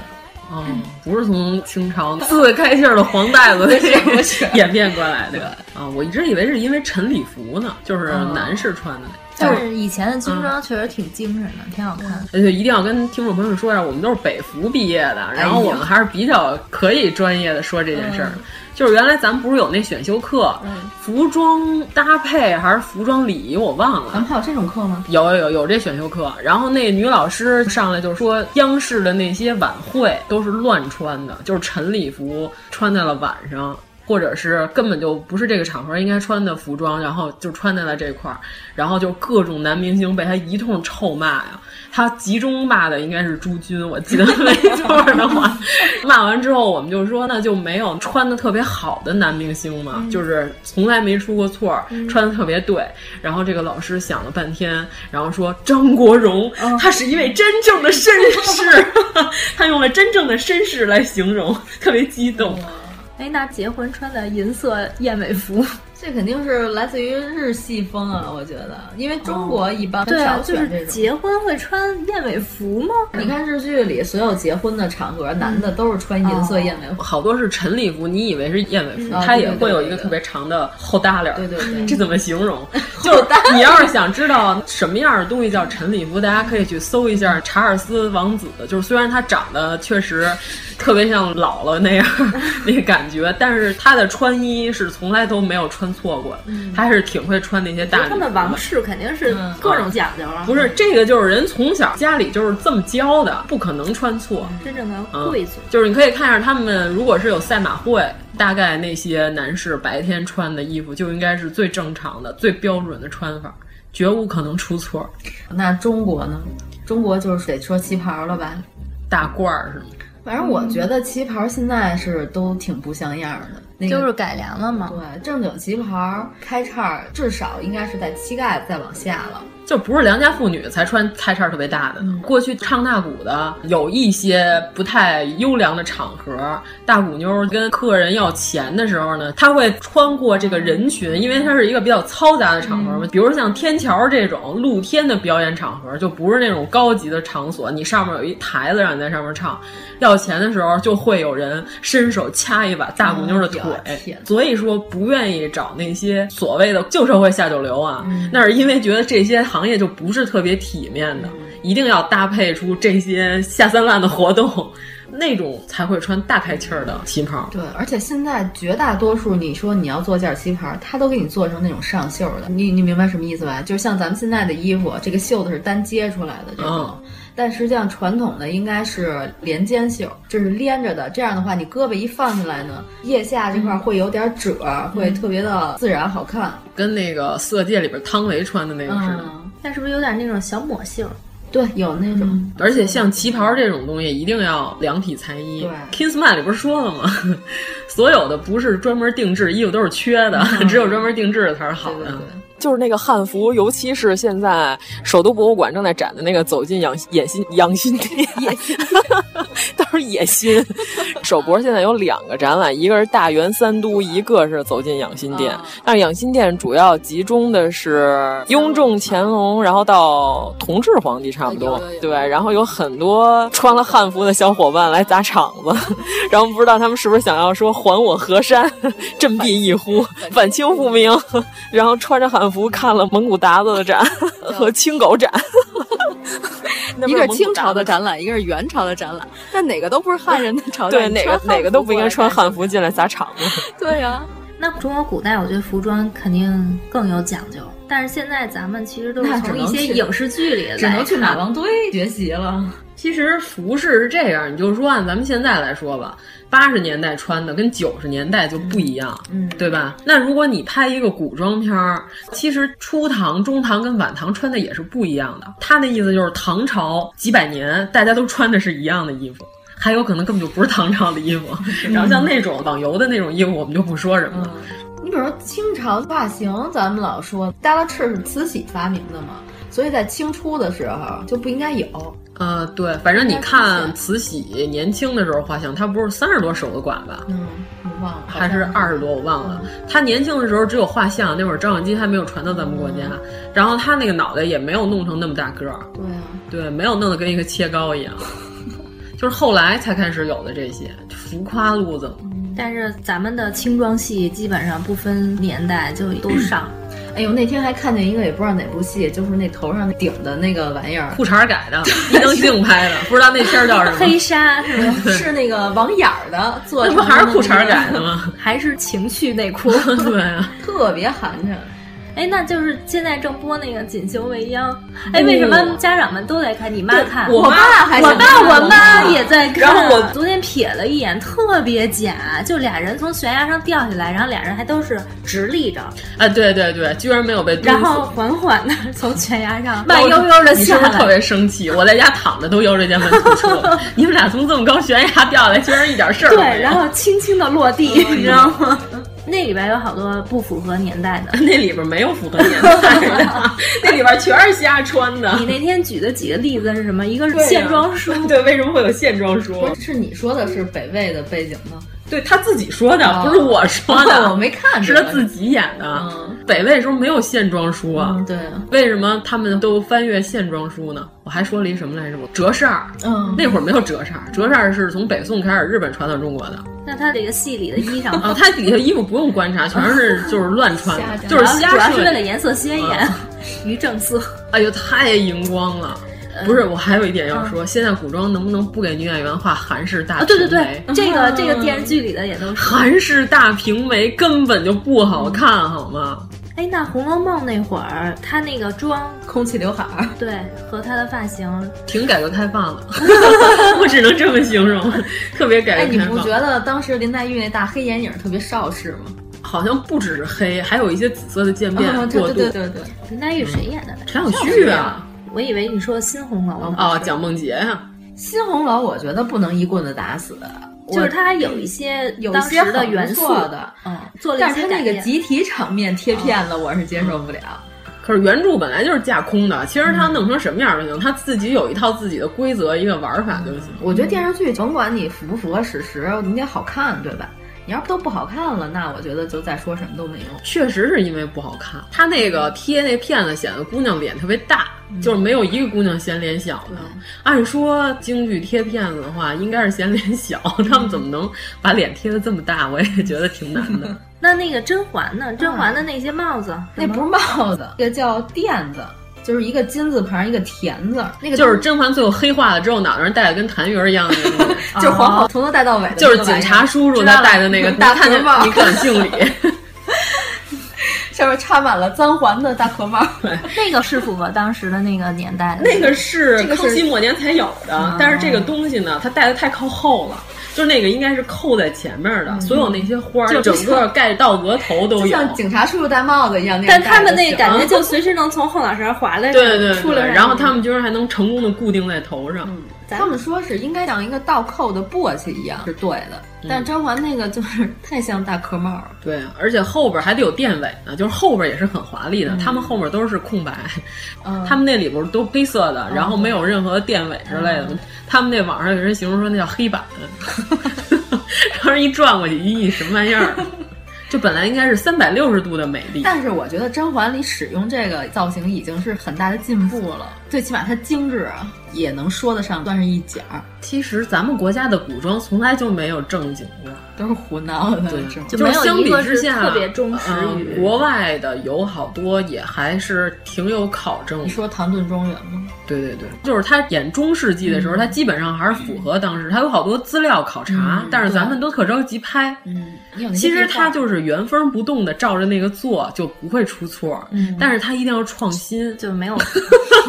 Speaker 6: 哦，不是从清朝刺猬开信儿的黄袋子
Speaker 9: 不是不是
Speaker 6: 演变过来的啊！我一直以为是因为陈礼服呢，就是
Speaker 9: 哦
Speaker 6: 男士穿的那个。
Speaker 7: 但是以前
Speaker 9: 嗯
Speaker 7: 的军装确实挺精神的，挺好看的。
Speaker 6: 而且哎一定要跟听众朋友们说一下，我们都是北服毕业的，然后我们还是比较可以专业的说这件事儿。
Speaker 7: 嗯
Speaker 6: 就是原来咱们不是有那选修课，服装搭配还是服装礼仪，我忘了。咱
Speaker 9: 们还有这种课吗？
Speaker 6: 有有有有这选修课，然后那女老师上来就说，央视的那些晚会都是乱穿的，就是晨礼服穿在了晚上，或者是根本就不是这个场合应该穿的服装，然后就穿在了这块儿，然后就各种男明星被他一通臭骂呀。他集中骂的应该是朱军，我记得没错 的话，骂完之后我们就说，那就没有穿的特别好的男明星嘛，
Speaker 14: 嗯
Speaker 6: 就是从来没出过错儿，
Speaker 14: 嗯
Speaker 6: 穿的特别对。然后这个老师想了半天，然后说张国荣，
Speaker 14: 哦
Speaker 6: 他是一位真正的绅 士，他用了真正的绅士来形容，特别激动。
Speaker 7: 哎，那结婚穿的银色燕尾服，
Speaker 9: 这肯定是来自于日系风啊，我觉得，因为中国一般
Speaker 7: 对啊，
Speaker 9: 少
Speaker 7: 就
Speaker 9: 选这
Speaker 7: 是
Speaker 9: 种。
Speaker 7: 结婚会穿燕尾服吗？
Speaker 9: 你看日剧里所有结婚的场合，男
Speaker 7: 嗯
Speaker 9: 的都是穿银
Speaker 7: 哦
Speaker 9: 色燕尾服。
Speaker 6: 好多是晨礼服，你以为是燕尾服，
Speaker 9: 嗯
Speaker 6: 它
Speaker 9: 啊对
Speaker 6: 也
Speaker 9: 对对
Speaker 6: 会有一个特别长的后搭领。对
Speaker 9: 对对，
Speaker 6: 这怎么形容？就是你要是想知道什么样的东西叫晨礼服，大家可以去搜一下查尔斯王子。就是虽然他长得确实特别像姥姥那样 那个感觉，但是他的穿衣是从来都没有穿错过的，
Speaker 7: 嗯
Speaker 6: 他还是挺会穿那些大礼服
Speaker 7: 他们王室肯定是
Speaker 9: 嗯
Speaker 7: 各种讲究啊，
Speaker 6: 不是这个，就是人从小家里就是这么教的，不可能穿错。
Speaker 7: 真正的
Speaker 6: 嗯
Speaker 7: 贵族。
Speaker 6: 就是你可以看一下他们，如果是有赛马会，大概那些男士白天穿的衣服就应该是最正常的、最标准的穿法，绝无可能出错。
Speaker 9: 那中国呢？中国就是得说旗袍了吧？
Speaker 6: 大褂儿是吗？
Speaker 9: 反正我觉得旗袍现在是都挺不像样儿的，那个、
Speaker 7: 就是改良了嘛。
Speaker 9: 对，正经旗袍开叉儿至少应该是在膝盖再往下了。
Speaker 6: 就不是良家妇女才穿开叉特别大的呢。过去唱大鼓的有一些不太优良的场合，大鼓妞跟客人要钱的时候呢，她会穿过这个人群，因为它是一个比较嘈杂的场合嘛。比如像天桥这种露天的表演场合，就不是那种高级的场所，你上面有一台子让你在上面唱，要钱的时候就会有人伸手掐一把大鼓妞的腿。所以说不愿意找那些所谓的旧社会下九流啊，那是因为觉得这些行业就不是特别体面的，一定要搭配出这些下三滥的活动，那种才会穿大开气儿的旗袍。
Speaker 9: 对，而且现在绝大多数你说你要做件旗袍，它都给你做成那种上袖的，你你明白什么意思吧？就是像咱们现在的衣服，这个袖子是单接出来的这种。
Speaker 6: 嗯
Speaker 9: 但实际上，传统的应该是连肩袖，这是连着的。这样的话，你胳膊一放下来呢，腋下这块
Speaker 7: 嗯
Speaker 9: 儿会有点褶儿，会特别的自然好看。
Speaker 6: 跟那个《色戒》里边汤唯穿的那个似
Speaker 9: 嗯
Speaker 6: 的。
Speaker 7: 嗯但是不是有点那种小抹袖？嗯
Speaker 9: 对，有那种。
Speaker 6: 嗯而且像旗袍这种东西，一定要量体裁衣。Kissman 里不是说了吗？ 所有的不是专门定制衣服都是缺的， 只有专门定制的才是好的。
Speaker 14: 就是那个汉服，尤其是现在首都博物馆正在展的那个“走进养野心 养心殿”， 都是野心。 首博现在有两个展览，一个是大元三都，一个是走进养心殿。但是养心殿主要集中的是雍正、乾隆，然后到同治皇帝差不多。对，然后有很多穿了汉服的小伙伴来砸场子， 然后不知道他们是不是想要说“还我河山， 振臂一呼，反清复明”，然后穿着汉服看了蒙古鞑子的展 和青狗展。
Speaker 15: 一个是清朝的展览，一个是元朝的展览，但哪个都不是汉人的朝代。
Speaker 14: 对，
Speaker 15: 你
Speaker 14: 哪
Speaker 15: 穿
Speaker 14: 个
Speaker 15: 汉
Speaker 14: 哪个都
Speaker 15: 服
Speaker 14: 不应该
Speaker 15: 过来
Speaker 14: 穿
Speaker 15: 干
Speaker 14: 汉服进来砸场子。
Speaker 15: 对呀、
Speaker 7: 那中国古代，我觉得服装肯定更有讲究。但是现在咱们其实都是
Speaker 9: 那只
Speaker 7: 从
Speaker 9: 能
Speaker 7: 一些
Speaker 9: 去
Speaker 7: 影视剧里来
Speaker 9: 只能去马
Speaker 7: 看
Speaker 9: 王堆学习 了。
Speaker 6: 其实服饰是这样，你就说按咱们现在来说吧，八十年代穿的跟九十年代就不一样，
Speaker 9: 嗯
Speaker 6: 对吧？那如果你拍一个古装片儿，其实初唐、中唐跟晚唐穿的也是不一样的。他那意思就是唐朝几百年大家都穿的是一样的衣服。还有可能根本就不是唐朝的衣服，然后像那种网游的那种衣服，我们就不说什么
Speaker 9: 嗯
Speaker 6: 了。
Speaker 9: 你比如说清朝发型，咱们老说耷拉翅是慈禧发明的嘛，所以在清初的时候就不应该有。
Speaker 6: 呃，对，反正你看慈禧年轻的时候画像，她不是三十多守的寡吧？
Speaker 9: 嗯，我忘了，
Speaker 6: 还是二十多，我忘了。他年轻的时候只有画像，那会儿照相机还没有传到咱们国家，然后他那个脑袋也没有弄成那么大个儿，
Speaker 9: 对啊，
Speaker 6: 对，没有弄得跟一个切糕 一样。就是后来才开始有的这些浮夸路
Speaker 7: 嗯
Speaker 6: 子嘛。
Speaker 7: 但是咱们的清装戏基本上不分年代就都上。
Speaker 9: 哎呦，那天还看见一个也不知道哪部戏，就是那头上顶的那个玩意儿，
Speaker 6: 裤衩改的，一灯镜拍的，不知道那片儿叫什么。
Speaker 7: 黑纱是吗？
Speaker 9: 是那个网眼儿的做
Speaker 6: 那
Speaker 9: 成
Speaker 6: 不
Speaker 9: 的
Speaker 6: 还
Speaker 9: 那
Speaker 6: 是
Speaker 9: 个，
Speaker 6: 裤衩 改的吗？
Speaker 7: 还是情趣内裤？
Speaker 6: 对啊，
Speaker 9: 特别寒碜。
Speaker 7: 哎，那就是现在正播那个《锦绣未央》。哎，为什么家长们都在看？你妈看，嗯
Speaker 9: 对我
Speaker 7: 爸
Speaker 9: 妈还
Speaker 7: 我
Speaker 9: 想看
Speaker 7: 爸
Speaker 9: 呢
Speaker 7: 我妈也在看。
Speaker 9: 然后我
Speaker 7: 昨天瞥了一眼，特别假，就俩人从悬崖上掉下来，然后俩人还都是直立着，
Speaker 6: 啊，对对对，居然没有被蹲
Speaker 7: 然
Speaker 6: 死
Speaker 7: 后缓缓的从悬崖上
Speaker 6: 慢
Speaker 7: 慢悠悠的
Speaker 6: 你是
Speaker 7: 下
Speaker 6: 不是特
Speaker 7: 来。
Speaker 6: 别生气？我在家躺着都悠着肩问吐出， 你们俩从这么高悬崖掉下来，居然一点事儿都没有。
Speaker 7: 对，然后轻轻的落地，你知道吗？ 那里边有好多不符合年代的。
Speaker 6: 那里边没有符合年代 的，那里边全是瞎穿的。
Speaker 7: 你那天举的几个例子是什么？一个是
Speaker 6: 对呀
Speaker 7: 线装书，
Speaker 6: 对，为什么会有线装书？
Speaker 9: 是你说的是北魏的背景吗？
Speaker 6: 对他自己说的，
Speaker 9: 哦
Speaker 6: 不是我说的，
Speaker 9: 哦我没看
Speaker 6: 是
Speaker 9: 出
Speaker 6: 他
Speaker 9: 来
Speaker 6: 自己演的。
Speaker 7: 嗯
Speaker 6: 北魏时候没有线装书啊，
Speaker 9: 嗯对，
Speaker 6: 为什么他们都翻阅线装书呢？我还说了一什么来着？我折扇儿，
Speaker 9: 嗯
Speaker 6: 那会儿没有折扇儿，折扇儿是从北宋开始日本传到中国的。
Speaker 7: 那他这个戏里的 衣裳
Speaker 6: 啊，他底下衣服不用观察，全是就是乱穿的，就是
Speaker 7: 主要
Speaker 6: 瞎
Speaker 7: 主要是
Speaker 6: 设
Speaker 7: 为
Speaker 6: 计
Speaker 7: 了颜色鲜艳，于正色。
Speaker 6: 哎呦，太荧光了！不是，我还有一点要说，现在古装能不能不给女演员画韩式大
Speaker 7: 啊，
Speaker 6: 平
Speaker 7: 对
Speaker 6: 眉？
Speaker 7: 对对， 这个这个电视剧里的也都是。
Speaker 6: 韩式大平眉根本就不好看，好吗？
Speaker 7: 哎，那《红楼梦》那会儿，她那个妆，
Speaker 9: 空气刘海儿，
Speaker 7: 对，和她的发型，
Speaker 6: 挺改革开放了，我只能这么形容，特别
Speaker 9: 哎，
Speaker 6: 改革
Speaker 9: 你
Speaker 6: 开
Speaker 9: 不
Speaker 6: 放。
Speaker 9: 觉得当时林黛玉那大黑眼影特别邵氏吗？
Speaker 6: 好像不只是黑，还有一些紫色的渐变
Speaker 9: 哦对
Speaker 6: 过渡。
Speaker 9: 对对对对
Speaker 7: 林黛玉谁演的来着？
Speaker 6: 陈小旭啊，
Speaker 7: 我以为你说新红楼呢，
Speaker 6: 啊，蒋梦婕呀，
Speaker 9: 新红楼我觉得不能一棍子打死，
Speaker 7: 就是它还有一些
Speaker 9: 有一
Speaker 7: 当
Speaker 9: 些
Speaker 7: 时的
Speaker 9: 很不
Speaker 7: 元素
Speaker 9: 错的，
Speaker 7: 嗯，做了一
Speaker 9: 但是
Speaker 7: 些
Speaker 9: 他
Speaker 7: 改
Speaker 9: 那个
Speaker 7: 变。
Speaker 9: 集体场面贴片了，我是接受不了。
Speaker 6: 可是原著本来就是架空的，其实
Speaker 9: 嗯
Speaker 6: 他弄成什么样都行，他自己有一套自己的规则，一个玩法就行。
Speaker 9: 我觉得电视剧甭管你符不符合史实，你得好看，对吧？你要是都不好看了，那我觉得就再说什么都没用。
Speaker 6: 确实是因为不好看，他那个贴那片子显得姑娘脸特别大，
Speaker 9: 嗯
Speaker 6: 就是没有一个姑娘嫌脸小的。按说京剧贴片子的话，应该是嫌脸小， 他们怎么能把脸贴的这么大？我也觉得挺难的。
Speaker 9: 嗯
Speaker 7: 那那个甄嬛呢？甄嬛的那些帽子，
Speaker 9: 那不是帽子，这叫垫子，就是一个金字旁一个田字，那个
Speaker 6: 就是甄嬛最后黑化了之后，脑袋上戴的跟痰盂儿一样的那 个东西，
Speaker 9: 就是皇后从头戴到尾的那
Speaker 6: 就
Speaker 9: 个玩意
Speaker 6: 是
Speaker 9: 儿，
Speaker 6: 警察叔叔
Speaker 9: 知道
Speaker 6: 他
Speaker 9: 了
Speaker 6: 戴的那个，你
Speaker 9: 大
Speaker 6: 看
Speaker 9: 壳
Speaker 6: 见
Speaker 9: 帽，
Speaker 6: 你可姓李，
Speaker 9: 上面插满了簪环的大壳帽。
Speaker 7: 那个是符合当时的那个年代 的。
Speaker 6: 那个是
Speaker 7: 这个
Speaker 6: 康
Speaker 7: 是
Speaker 6: 熙末年才有的，但是这个东西呢，它戴的太靠后了，就是那个应该是扣在前面的，所有那些花
Speaker 9: 就
Speaker 6: 儿整个盖到额头都
Speaker 9: 就
Speaker 6: 有。
Speaker 9: 像警察叔叔戴帽子一样，那
Speaker 7: 但
Speaker 9: 样戴
Speaker 7: 他们
Speaker 9: 就
Speaker 7: 那
Speaker 9: 行
Speaker 7: 感觉就随时能从后脑勺滑来，
Speaker 6: 对对对
Speaker 7: 出
Speaker 6: 对，
Speaker 7: 来。
Speaker 6: 然后他们居然还能成功的固定在头上，
Speaker 9: 他们说是应该像一个倒扣的簸箕一样是对的，
Speaker 7: 嗯
Speaker 9: 但甄嬛那个就是太像大壳帽了。
Speaker 6: 对，而且后边还得有垫尾呢，就是后边也是很华丽的，他们后面都是空白，
Speaker 9: 嗯
Speaker 6: 他们那里边都黑色的，然后没有任何垫尾之类的，他们那网上有人形容说那叫黑板，然后一转过去，咦，什么玩意儿？就本来应该是三百六十度的美丽，
Speaker 9: 但是我觉得甄嬛里使用这个造型已经是很大的进步了，最起码它精致啊，也能说得上算是一角，
Speaker 6: 其实咱们国家的古装从来就没有正经过，
Speaker 9: 都是胡闹的
Speaker 6: 对，
Speaker 9: 那种，
Speaker 6: 就是相比之下，
Speaker 7: 特别忠实于
Speaker 6: 嗯国外的有好多也还是挺有考证。
Speaker 9: 你说《唐顿庄园》吗？
Speaker 6: 对对对，就是他演中世纪的时候，他基本上还是符合当时，他有好多资料考察，但是咱们都特着急拍。
Speaker 9: 嗯，你有那些
Speaker 6: 其实
Speaker 9: 地方
Speaker 6: 他就是原封不动的照着那个做，就不会出错。
Speaker 9: 嗯
Speaker 6: 但是他一定要创新，
Speaker 7: 就没有，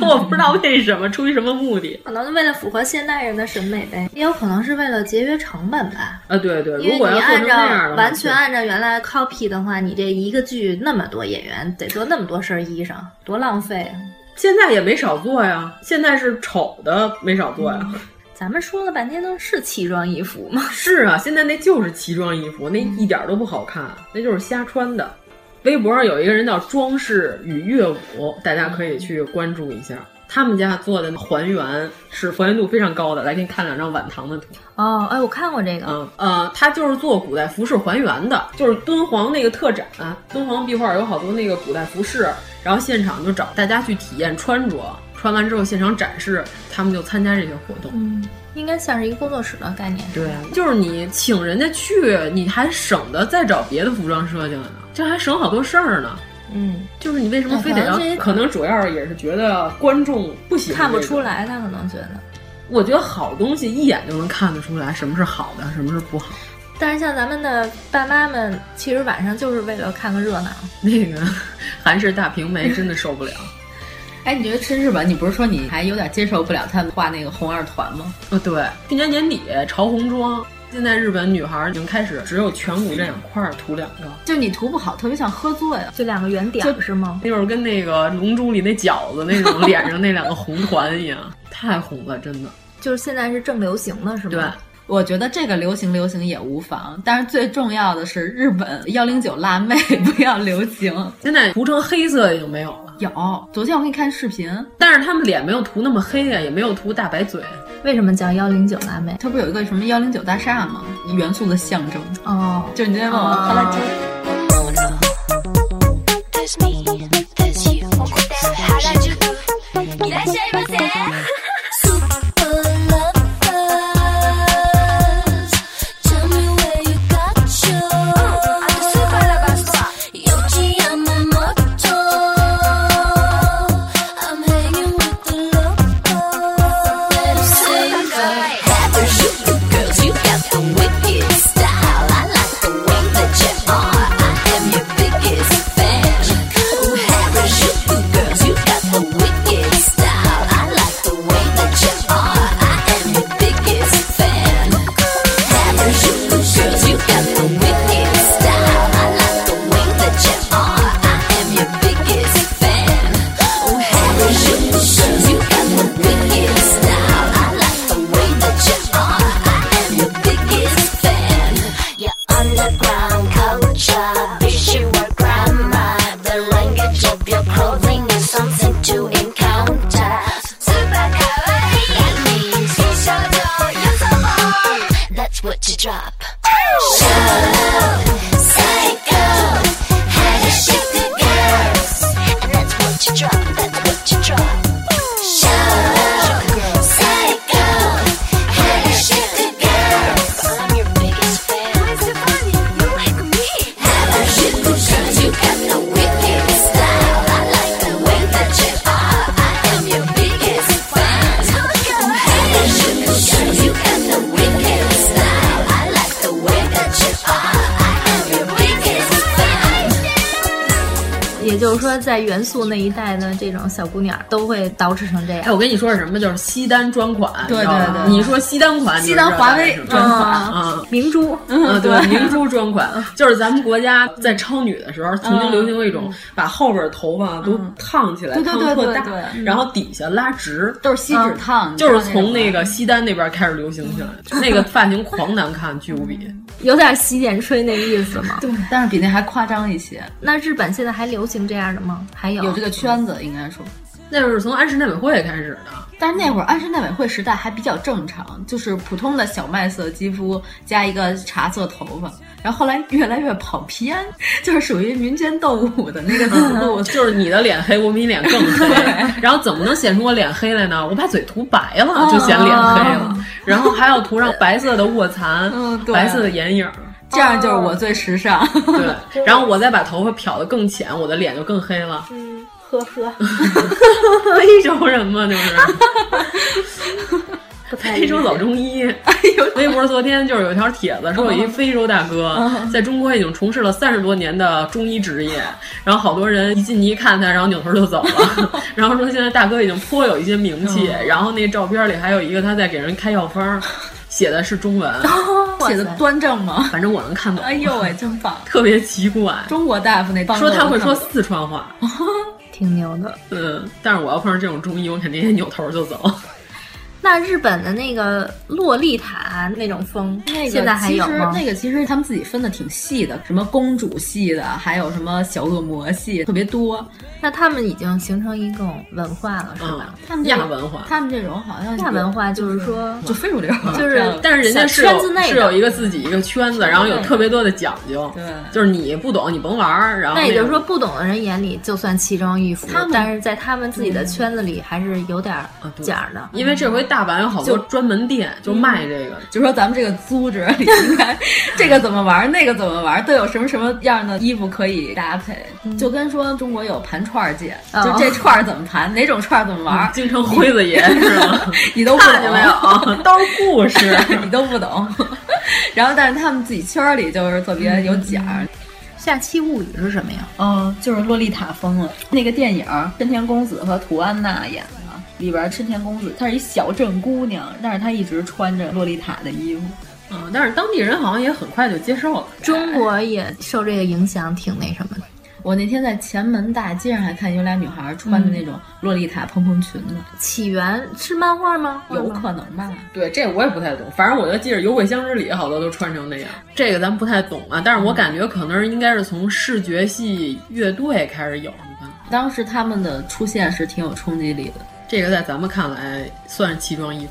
Speaker 6: 我不知道为什么，出于什么目的。
Speaker 7: 可能为了符合现代人的审美呗，也有可能是为了节约成本吧。
Speaker 6: 啊，对对，
Speaker 7: 因
Speaker 6: 如
Speaker 7: 为
Speaker 6: 果要
Speaker 7: 你
Speaker 6: 做
Speaker 7: 按
Speaker 6: 成那样
Speaker 7: 照
Speaker 6: 的话，
Speaker 7: 完全
Speaker 6: 对
Speaker 7: 按照原来 copy 的话，你这一个剧那么多演员，得做那么多身衣裳，多浪费啊！
Speaker 6: 现在也没少做呀，现在是丑的没少做呀。
Speaker 7: 咱们说了半天都是奇装异服嘛，
Speaker 6: 是啊，现在那就是奇装异服，那
Speaker 7: 嗯
Speaker 6: 一点儿都不好看，那就是瞎穿的。微博上有一个人叫装饰与乐舞，大家可以去关注一下。他们家做的还原是还原度非常高的，来给你看两张碗堂的图。
Speaker 7: 哦，哎，我看过这个，
Speaker 6: 嗯呃，他就是做古代服饰还原的，就是敦煌那个特展、敦煌壁画有好多那个古代服饰，然后现场就找大家去体验穿着，穿完之后现场展示，他们就参加这些活动。
Speaker 7: 嗯，应该像是一个工作室的概念。
Speaker 6: 对，就是你请人家去，你还省得再找别的服装设计了呢，这还省好多事儿呢。
Speaker 7: 嗯，
Speaker 6: 就是你为什么非得让
Speaker 7: 可能这？
Speaker 6: 可能主要也是觉得观众不喜欢
Speaker 7: 看不
Speaker 6: 这个
Speaker 7: 出。来，他可能觉得。
Speaker 6: 我觉得好东西一眼就能看得出来什么是好的，什么是不好。
Speaker 7: 但是像咱们的爸妈们，其实晚上就是为了看个热闹。
Speaker 6: 那个 韩式大平梅真的受不了。
Speaker 9: 哎，你觉得吃日本，你不是说你还有点接受不了他们画那个红二团吗？
Speaker 7: 嗯
Speaker 6: 啊，对，去年年底潮红妆，现在日本女孩已经开始只有颧骨这两块儿涂两个。
Speaker 9: 就你涂不好，特别像喝醉了。
Speaker 7: 就两个圆点
Speaker 6: 就是
Speaker 7: 吗？
Speaker 6: 那会儿跟那个《龙珠》里那饺子那种脸上那两个红团一样，太红了，真的。
Speaker 7: 就是现在是正流行的是吗？
Speaker 6: 对，
Speaker 9: 我觉得这个流行流行也无妨，但是最重要的是日本 幺零九辣妹不要流行。
Speaker 6: 现在涂成黑色已经没有了，
Speaker 9: 有，昨天我给你看视频，
Speaker 6: 但是他们脸没有涂那么黑呀，也没有涂大白嘴。
Speaker 7: 为什么叫幺零九辣妹？
Speaker 9: 它不是有一个什么幺零九大厦吗？元素的象征。
Speaker 7: 哦，
Speaker 9: 就是你今天问我，后来真。
Speaker 4: いらっしゃいませ。Super lovers, tell me where you got yours. Super lovers 有吉亚马摩托，I'm hanging with the locals. Let us sing the happy you girls, you got the wicked style. I like the way that you are. I am your biggest fan. Ooh, happy you girls, you got the wicked style. I like the way that you are. I am your biggest fan. Happy you girls, you got the wicked style. I like the way that you are. I am your biggest fan. Ooh, happy you girls, you got the wicked style. I like the way that you are. I am your biggest fan. Your underground culture, visual grammar, the language of your clothing is something to encounter. Super kawaii, that means you you're so bomb. That's what you drop. Shut up, psycho, how to shake the girls, and that's what you drop. That's what you drop. Shut up, psycho, how to shake the girls. I'm your biggest fan. Why is it funny? You like me? How to shake the girls? You got the wicked style. I like the way that you are. I am your biggest fan. How to shake the girls? You got the wicked style. I like the way that you are. I am your biggest fan.
Speaker 7: 也就是说，在元素那一代的这种小姑娘都会捯饬成这样。
Speaker 6: 哎，我跟你说是什么？就是西单专款，
Speaker 7: 对
Speaker 6: 你知道吗
Speaker 7: 对对
Speaker 6: 你说西单款，
Speaker 7: 西单华威
Speaker 6: 你就知道它是专款
Speaker 7: 嗯
Speaker 6: 啊，
Speaker 7: 明珠，
Speaker 6: 嗯，对，
Speaker 7: 对嗯
Speaker 6: 明珠专款，就是咱们国家在超女的时候，曾经流行过一
Speaker 7: 嗯
Speaker 6: 种把后边头发都烫起来，
Speaker 9: 对对
Speaker 6: 烫
Speaker 9: 对
Speaker 6: 特
Speaker 9: 对
Speaker 6: 大
Speaker 9: 对，嗯
Speaker 6: 然后底下拉直，
Speaker 9: 都是锡纸烫你知
Speaker 6: 嗯就
Speaker 9: 道
Speaker 6: 是
Speaker 9: 那
Speaker 6: 从
Speaker 9: 种
Speaker 6: 那个西单那边开始流行起来，那个发型狂难看，巨无比。
Speaker 7: 有点洗剪吹那意思嘛。
Speaker 9: 对，但是比那还夸张一些。
Speaker 7: 那日本现在还流行这样的吗？还有
Speaker 9: 有这个圈子应该说，
Speaker 6: 那会儿是从安室奈美惠开始的，
Speaker 9: 但是那
Speaker 7: 嗯
Speaker 9: 会儿安室奈美惠时代还比较正常，就是普通的小麦色肌肤加一个茶色头发，然后后来越来越跑偏， 就是属于民间斗舞的那个思 路。
Speaker 6: 嗯就是你的脸黑，我比你脸更黑。然后怎么能显出我脸黑来呢？我把嘴涂白了，就显脸黑了。然后还要涂上白色的卧蚕，
Speaker 9: 对
Speaker 6: 白色的眼影。
Speaker 9: 这样就是我最时尚。
Speaker 7: 哦
Speaker 6: 对，然后我再把头发漂得更浅，我的脸就更黑了。
Speaker 7: 呵呵，
Speaker 6: 非洲人嘛，就是非洲老中医。微博昨天就是有一条帖子，说有一非洲大哥
Speaker 9: 嗯
Speaker 6: 在中国已经从事了三十多年的中医职业，然后好多人一进去一看他，然后扭头就走了。然后说现在大哥已经颇有一些名气，
Speaker 9: 嗯
Speaker 6: 然后那照片里还有一个他在给人开药方，写的是中文，
Speaker 9: 写的端正吗？
Speaker 6: 反正我能看懂。
Speaker 9: 哎呦喂，真棒！
Speaker 6: 特别奇怪，
Speaker 9: 中国大夫那帮
Speaker 6: 说他会说
Speaker 9: 我都看不懂
Speaker 6: 四川话，
Speaker 7: 挺牛的。
Speaker 6: 嗯，但是我要碰上这种中医，我肯定也扭头就走。
Speaker 7: 那日本的那个洛丽塔那种风，
Speaker 9: 那个
Speaker 7: 现在还有吗？
Speaker 9: 其实那个其实他们自己分的挺细的，什么公主系的，还有什么小恶魔系，特别多。
Speaker 7: 那他们已经形成一种文化了，是吧？
Speaker 9: 他们这种他
Speaker 7: 他
Speaker 9: 们这种好像
Speaker 7: 亚文化就是说，
Speaker 9: 就非主流，
Speaker 7: 就是
Speaker 6: 但是人家是
Speaker 7: 圈子
Speaker 6: 有
Speaker 7: 内
Speaker 6: 是有一个自己一个圈子，
Speaker 7: 圈子内
Speaker 6: 然后有特别多的讲究，
Speaker 9: 对，
Speaker 6: 就是你不懂你甭玩儿，然后
Speaker 7: 那也
Speaker 6: 个
Speaker 7: 就是说，不懂的人眼里就算奇装异服
Speaker 6: 他们，
Speaker 7: 但是在他们自
Speaker 9: 嗯
Speaker 7: 己的圈子里还是有点儿
Speaker 6: 对
Speaker 9: 啊
Speaker 7: 假儿的。
Speaker 6: 因为这回大阪有好多
Speaker 7: 就
Speaker 6: 专门店就卖这个，
Speaker 9: 就说咱们这个组织里应该这个怎么玩，那个怎么玩，都有什么什么样的衣服可以搭配，就跟说中国有盘串儿界，
Speaker 6: 嗯哦
Speaker 9: 就这串儿怎么盘，哪种串儿怎么玩，
Speaker 6: 京城辉 子爷是吗？
Speaker 9: 你都不
Speaker 6: 看见
Speaker 9: 懂
Speaker 6: 没有， 都是故事，
Speaker 9: 你都不懂。然后，但是他们自己圈儿里就是特别
Speaker 6: 嗯
Speaker 9: 有奖儿。
Speaker 8: 下期物语是什么呀？
Speaker 9: 哦，就是洛丽塔风了。那个电影儿，深田恭子和涂安娜演的，里边儿深田恭子她是一小镇姑娘，但是她一直穿着洛丽塔的衣服。
Speaker 6: 嗯，但是当地人好像也很快就接受了。
Speaker 8: 中国也受这个影响挺那什么的。
Speaker 9: 我那天在前门大街上还看有俩女孩穿的那种洛丽塔蓬蓬裙呢，
Speaker 8: 起源是漫画吗？
Speaker 9: 有可能吧？
Speaker 6: 对，这我也不太懂。反正我就记着《有鬼香之里》好多都穿成那样。这个咱不太懂啊，但是我感觉可能应该是从视觉系乐队开始有的吧。
Speaker 9: 当时他们的出现是挺有冲击力的。
Speaker 6: 这个在咱们看来算是奇装异服。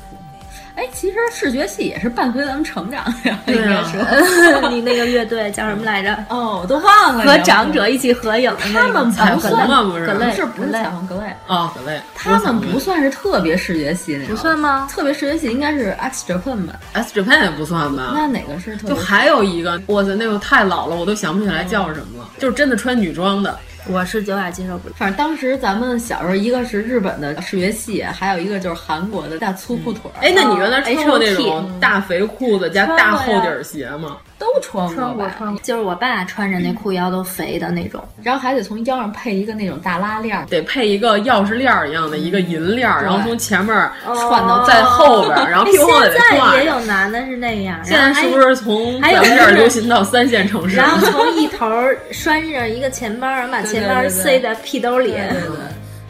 Speaker 9: 哎，其实视觉系也是伴随咱们成长的呀，
Speaker 6: 对啊
Speaker 9: 应该 说
Speaker 7: 你那个乐队叫什么来着？
Speaker 9: 哦，我都忘了。
Speaker 7: 和长者一起合
Speaker 6: 哦
Speaker 7: 影的那个，
Speaker 9: 他们
Speaker 6: 彩虹嘛不是
Speaker 7: 葛
Speaker 6: 不
Speaker 7: 雷
Speaker 6: 是
Speaker 9: 不是彩虹格类，
Speaker 6: 啊，好嘞。
Speaker 9: 他们不算是特别视觉系那种，
Speaker 6: 不
Speaker 9: 算
Speaker 8: 吗？
Speaker 9: 特别视觉系应该是 X Japan 吧？
Speaker 6: S Japan 也不算吧？
Speaker 9: 那哪个是特别？
Speaker 6: 就还有一个，我的那个太老了，我都想不起来叫什
Speaker 9: 哦
Speaker 6: 么了。就是真的穿女装的，
Speaker 8: 我是有点接受不了。
Speaker 9: 反正当时咱们小时候，一个是日本的视觉系，还有一个就是韩国的大粗裤腿儿。
Speaker 6: 哎，那你原来
Speaker 9: 哦
Speaker 6: 穿过那
Speaker 9: HOT
Speaker 6: 种大肥裤子加
Speaker 9: 穿过
Speaker 6: 大
Speaker 9: 呀
Speaker 6: 厚底儿鞋吗？
Speaker 9: 都穿过吧？
Speaker 7: 穿过穿过，就是我爸穿着那裤腰都肥的那种，
Speaker 9: 然后还得从腰上配一个那种大拉链儿。
Speaker 6: 得配一个钥匙链儿一样的一个银链儿，
Speaker 9: 对
Speaker 6: 然后从前面儿
Speaker 7: 串
Speaker 6: 到在后边儿，然后屁股往里
Speaker 7: 哎现
Speaker 6: 挂
Speaker 7: 在
Speaker 6: 着
Speaker 7: 也有男的是那样，
Speaker 6: 现在 是不是从
Speaker 7: 还
Speaker 6: 咱
Speaker 7: 有
Speaker 6: 们这儿
Speaker 7: 就是
Speaker 6: 流行到三线城市
Speaker 7: 然
Speaker 6: 了？
Speaker 7: 后从一头儿拴着一个钱包，然后把
Speaker 6: 对
Speaker 7: 钱
Speaker 6: 对
Speaker 7: 包
Speaker 6: 对对
Speaker 7: 塞在屁兜里。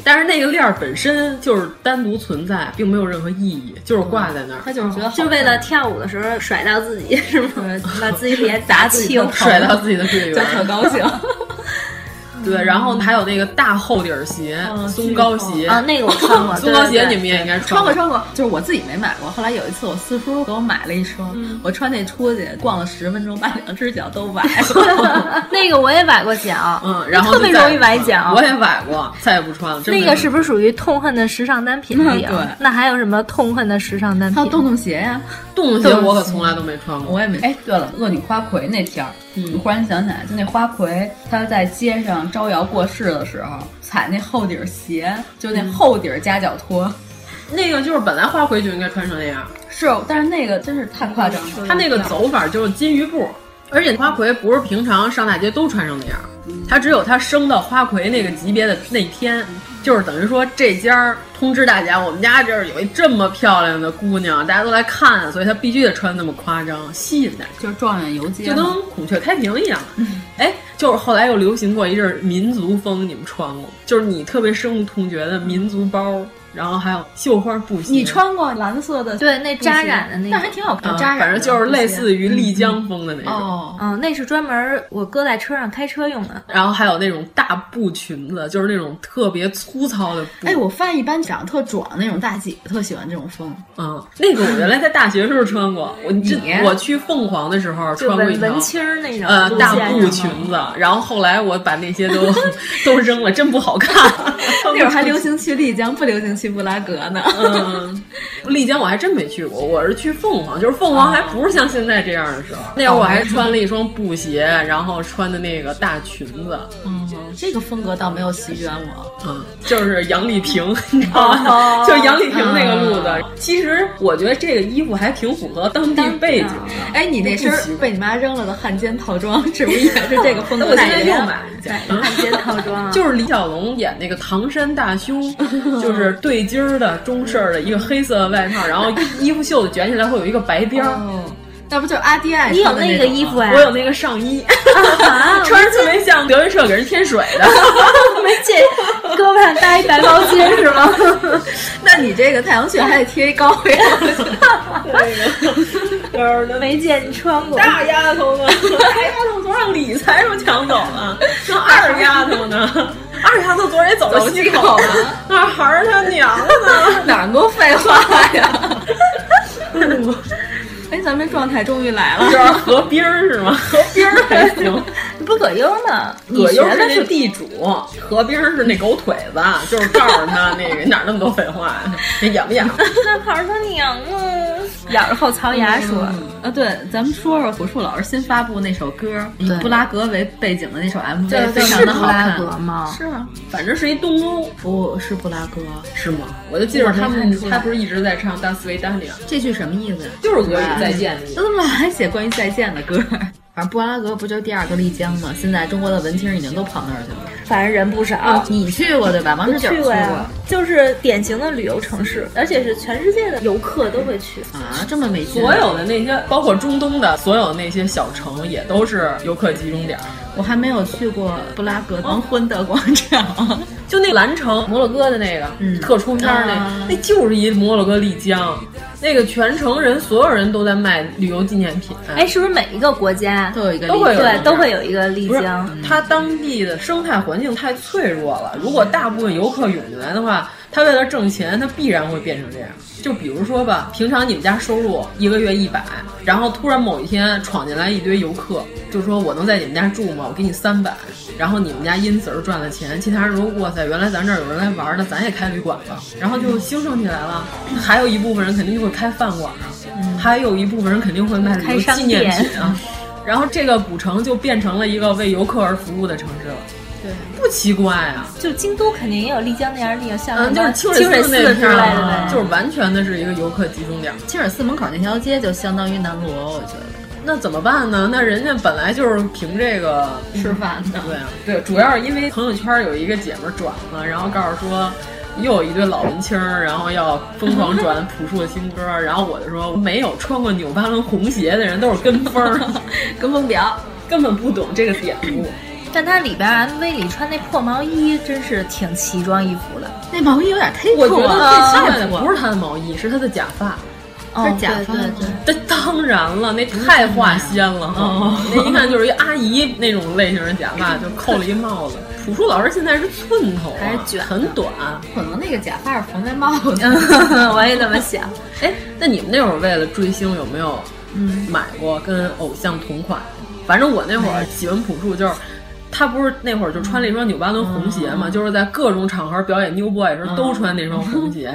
Speaker 6: 但是那个链儿本身就是单独存在，并没有任何意义，就是挂在那儿。
Speaker 9: 就是觉得
Speaker 7: 就为了跳舞的时候甩到自己，是吗？ 把自己脸砸青，
Speaker 6: 甩到自己的队员，
Speaker 7: 就特
Speaker 9: 高兴。
Speaker 6: 对，然后还有那个大厚底儿鞋、松糕鞋
Speaker 7: 啊那个我 穿过
Speaker 6: 松糕鞋
Speaker 9: 对对
Speaker 6: 你们也应该
Speaker 9: 穿
Speaker 6: 过
Speaker 9: 过，。穿过，就是我自己没买过。后来有一次，我四叔给我买了一双，我穿那出去逛了十分钟，把两只脚都崴了。
Speaker 8: 那个我也崴过脚，
Speaker 6: 嗯，然后
Speaker 8: 特别
Speaker 6: 就再
Speaker 8: 容易崴
Speaker 7: 啊
Speaker 8: 脚。
Speaker 6: 我也崴过，再也不穿了。真
Speaker 8: 那
Speaker 6: 没
Speaker 8: 个
Speaker 6: 有
Speaker 8: 是不是属于痛恨的时尚单品里啊？
Speaker 6: 嗯对
Speaker 8: 那还有什么痛恨的时尚单品？还有洞
Speaker 9: 洞鞋呀、
Speaker 6: 洞洞鞋，我可从来都没穿过。
Speaker 9: 我也没。嗯哎，对了，恶女花魁那天儿，我忽然想起来，就那花魁，她在街上招摇过市的时候，踩那厚底儿鞋，就那厚底儿夹脚拖。
Speaker 6: 那个就是本来花魁就应该穿成那样，
Speaker 9: 是，但是那个真是太夸张了。
Speaker 6: 他那个走法就是金鱼步，而且花魁不是平常上大街都穿成那样，
Speaker 9: 嗯
Speaker 6: 他只有他升到花魁那个级别的那天，就是等于说这家儿通知大家，我们家这儿有一这么漂亮的姑娘，大家都来看，啊所以他必须得穿那么夸张，吸引大家，
Speaker 9: 就是状元游街
Speaker 6: 就跟孔雀开屏一样。
Speaker 9: 嗯
Speaker 6: 哎，就是后来又流行过一阵儿民族风，你们穿过吗？就是你特别深恶痛绝的民族包，然后还有绣花布鞋，
Speaker 9: 你穿过蓝色的？嗯
Speaker 8: 对，那
Speaker 7: 扎染的那个
Speaker 9: 但还挺好看。
Speaker 6: 啊
Speaker 9: 扎染的嗯
Speaker 6: 反正就是类似于丽江风的那种。
Speaker 9: 哦，
Speaker 7: 嗯，那是专门我搁在车上开车用的。
Speaker 6: 然后还有那种大布裙子，就是那种特别粗糙的布。
Speaker 9: 哎，我发现一般长得特壮的那种大姐特喜欢这种风。
Speaker 6: 嗯，那个我原来在大学时候穿过，我这我去凤凰的时候
Speaker 7: 就
Speaker 6: 穿过一
Speaker 7: 文
Speaker 6: 条
Speaker 7: 文青儿那种
Speaker 9: 啊
Speaker 6: 呃
Speaker 7: 路线
Speaker 6: 大
Speaker 7: 上
Speaker 6: 布裙子，然后后来我把那些都 都扔了，真不好看。
Speaker 9: 那会儿还流行去丽江，不流行去布拉格呢。
Speaker 6: 嗯，丽江我还真没去过，我是去凤凰，就是凤凰还不是像现在这样的时候。那会儿我还穿了一双布鞋，然后穿的那个大裙子，
Speaker 9: 嗯，这个风格倒没有席卷我。
Speaker 6: 嗯，就是杨丽 萍，你知道吗？
Speaker 9: 哦
Speaker 6: 就是杨丽萍那个路子。其实我觉得这个衣服还挺符合嗯当地背景的。
Speaker 9: 哎，你那身
Speaker 6: 不习
Speaker 9: 儿被你妈扔了的汉奸套装，是不是也是这个 风格？
Speaker 6: 我现在又买了一件
Speaker 9: 嗯
Speaker 6: 汉
Speaker 7: 奸套装 啊
Speaker 6: 哎就是李小龙演那个唐山大兄， 就是对襟儿的中式儿的一个黑色的外套，然后衣服袖子卷起来会有一个白边儿。
Speaker 9: 那不就是阿迪爱
Speaker 7: 你有
Speaker 9: 穿的
Speaker 7: 那
Speaker 9: 那
Speaker 7: 个
Speaker 9: 种
Speaker 7: 衣服啊呀？
Speaker 6: 我有那个上衣，穿着特别像德云社给人添水的。
Speaker 7: 没见， 胳膊上搭一白毛 巾是吗？
Speaker 9: 那你这个太阳穴还得贴一高跟 儿。
Speaker 7: 没见你穿过。
Speaker 6: 大哎丫头 呢？大丫头总让李财主抢走 了，那二丫头呢？二丫头昨儿也走了西口了， 那孩是他娘了呢？
Speaker 9: 哪儿那么多废话呀？哎，咱们这状态终于来了，
Speaker 6: 这是河边儿是吗？ 河边儿还行，
Speaker 7: 不葛优吗？
Speaker 6: 葛优
Speaker 7: 你学
Speaker 6: 是
Speaker 7: 的
Speaker 6: 那地主，河边儿是那狗腿子，就是告诉他那个哪儿那么多废话呀？那演不演？
Speaker 7: 那牌儿他娘啊！咬着
Speaker 9: 嗯
Speaker 7: 后槽牙说。
Speaker 9: 啊，对，咱们说说朴树老师新发布那首歌，以
Speaker 7: 对
Speaker 9: 布拉格为背景的那首 MV，非常
Speaker 6: 是
Speaker 9: 的
Speaker 6: 布
Speaker 9: 好
Speaker 6: 拉
Speaker 9: 看。
Speaker 6: 格吗？
Speaker 9: 是啊，
Speaker 6: 反正是一东欧，
Speaker 9: 不是布拉格，
Speaker 6: 是吗？我就记着
Speaker 9: 我
Speaker 6: 他
Speaker 9: 没看
Speaker 6: 们
Speaker 9: 出，来
Speaker 6: 他不是一直在唱《大斯维达尼亚》，
Speaker 9: 这句什么意思呀？
Speaker 6: 就是俄语再见的意思
Speaker 9: 他怎么老还写关于再见的歌？反正布拉格不就第二个丽江吗？现在中国的文青已经都跑那儿去了。
Speaker 7: 反正人不少。
Speaker 9: 啊你去过对吧王十九
Speaker 7: 去过
Speaker 9: 去
Speaker 7: 呀
Speaker 9: 过，
Speaker 7: 就是典型的旅游城市，而且是全世界的游客都会去
Speaker 9: 啊，这么美
Speaker 6: 所有的那些，包括中东的所有那些小城，也都是游客集中点儿。
Speaker 9: 我还没有去过布拉格黄昏的广场，
Speaker 6: 就那蓝城，摩洛哥的那个，
Speaker 9: 嗯
Speaker 6: 特出片儿那，
Speaker 9: 啊
Speaker 6: 那就是一摩洛哥丽江，那个全城人所有人都在卖旅游纪念品。
Speaker 7: 哎，是不是每一个国家
Speaker 9: 都有一个
Speaker 6: 都会有
Speaker 7: 对，都会有一个丽
Speaker 6: 不是
Speaker 7: 江？，
Speaker 6: 它当地的生态环境太脆弱了。如果大部分游客涌进来的话，他为了挣钱，他必然会变成这样。就比如说吧，平常你们家收入一个月一百，然后突然某一天闯进来一堆游客，就说我能在你们家住吗？我给你三百，然后你们家因此而赚了钱。其他人说哇塞，原来咱这儿有人来玩呢，咱也开旅馆吧，然后就兴盛起来了。还有一部分人肯定就会开饭馆啊，
Speaker 7: 嗯
Speaker 6: 还有一部分人肯定会卖旅游纪念品 啊。然后这个古城就变成了一个为游客而服务的城市了，
Speaker 7: 对，
Speaker 6: 不奇怪啊。
Speaker 7: 就京都肯定也有丽江那样的地方，像
Speaker 6: 嗯，就是
Speaker 7: 清
Speaker 6: 清水
Speaker 7: 水寺
Speaker 6: 那
Speaker 7: 之类
Speaker 6: 片
Speaker 7: 的
Speaker 6: 儿
Speaker 7: 呗
Speaker 6: 啊，。就是完全的是一个游客集中点儿。
Speaker 9: 清水寺门口那条街就相当于南锣，我觉得
Speaker 6: 那怎么办呢？那人家本来就是凭这个
Speaker 9: 吃饭的。
Speaker 6: 对
Speaker 7: 嗯
Speaker 6: 啊，对，主要是因为朋友圈有一个姐们儿转了，然后告诉说。又有一对老文青儿，然后要疯狂转朴树的新歌，然后我就说没有穿过纽巴伦红鞋的人都是嗯跟风 儿，
Speaker 9: 跟风婊，
Speaker 6: 根本不懂这个典故。
Speaker 7: 但它里边 MV 里穿那破毛衣，真是挺奇装异服的。
Speaker 9: 那毛衣有点忒啊
Speaker 6: 我觉啊
Speaker 7: 酷
Speaker 6: 得
Speaker 7: 了，
Speaker 6: 最奇怪的不是他的毛衣，是他的假发。
Speaker 7: 哦，
Speaker 9: 是假发
Speaker 7: 对对
Speaker 9: 吗
Speaker 7: 对
Speaker 6: 这当然了，那太花心了哈，那一看就是一阿姨那种类型的假发，就扣了一帽子。朴树老师现在是寸头、还是卷，很短。
Speaker 9: 可能那个假发是缝在帽 子。
Speaker 7: 我也这么想。
Speaker 6: 哎，那你们那会儿为了追星有没有
Speaker 9: 嗯，
Speaker 6: 买过跟偶像同款？反正我那会儿喜欢朴树就是。他不是那会儿就穿了一双纽巴伦红鞋嘛，就是在各种场合表演 New Boy 的时候都穿那双红鞋。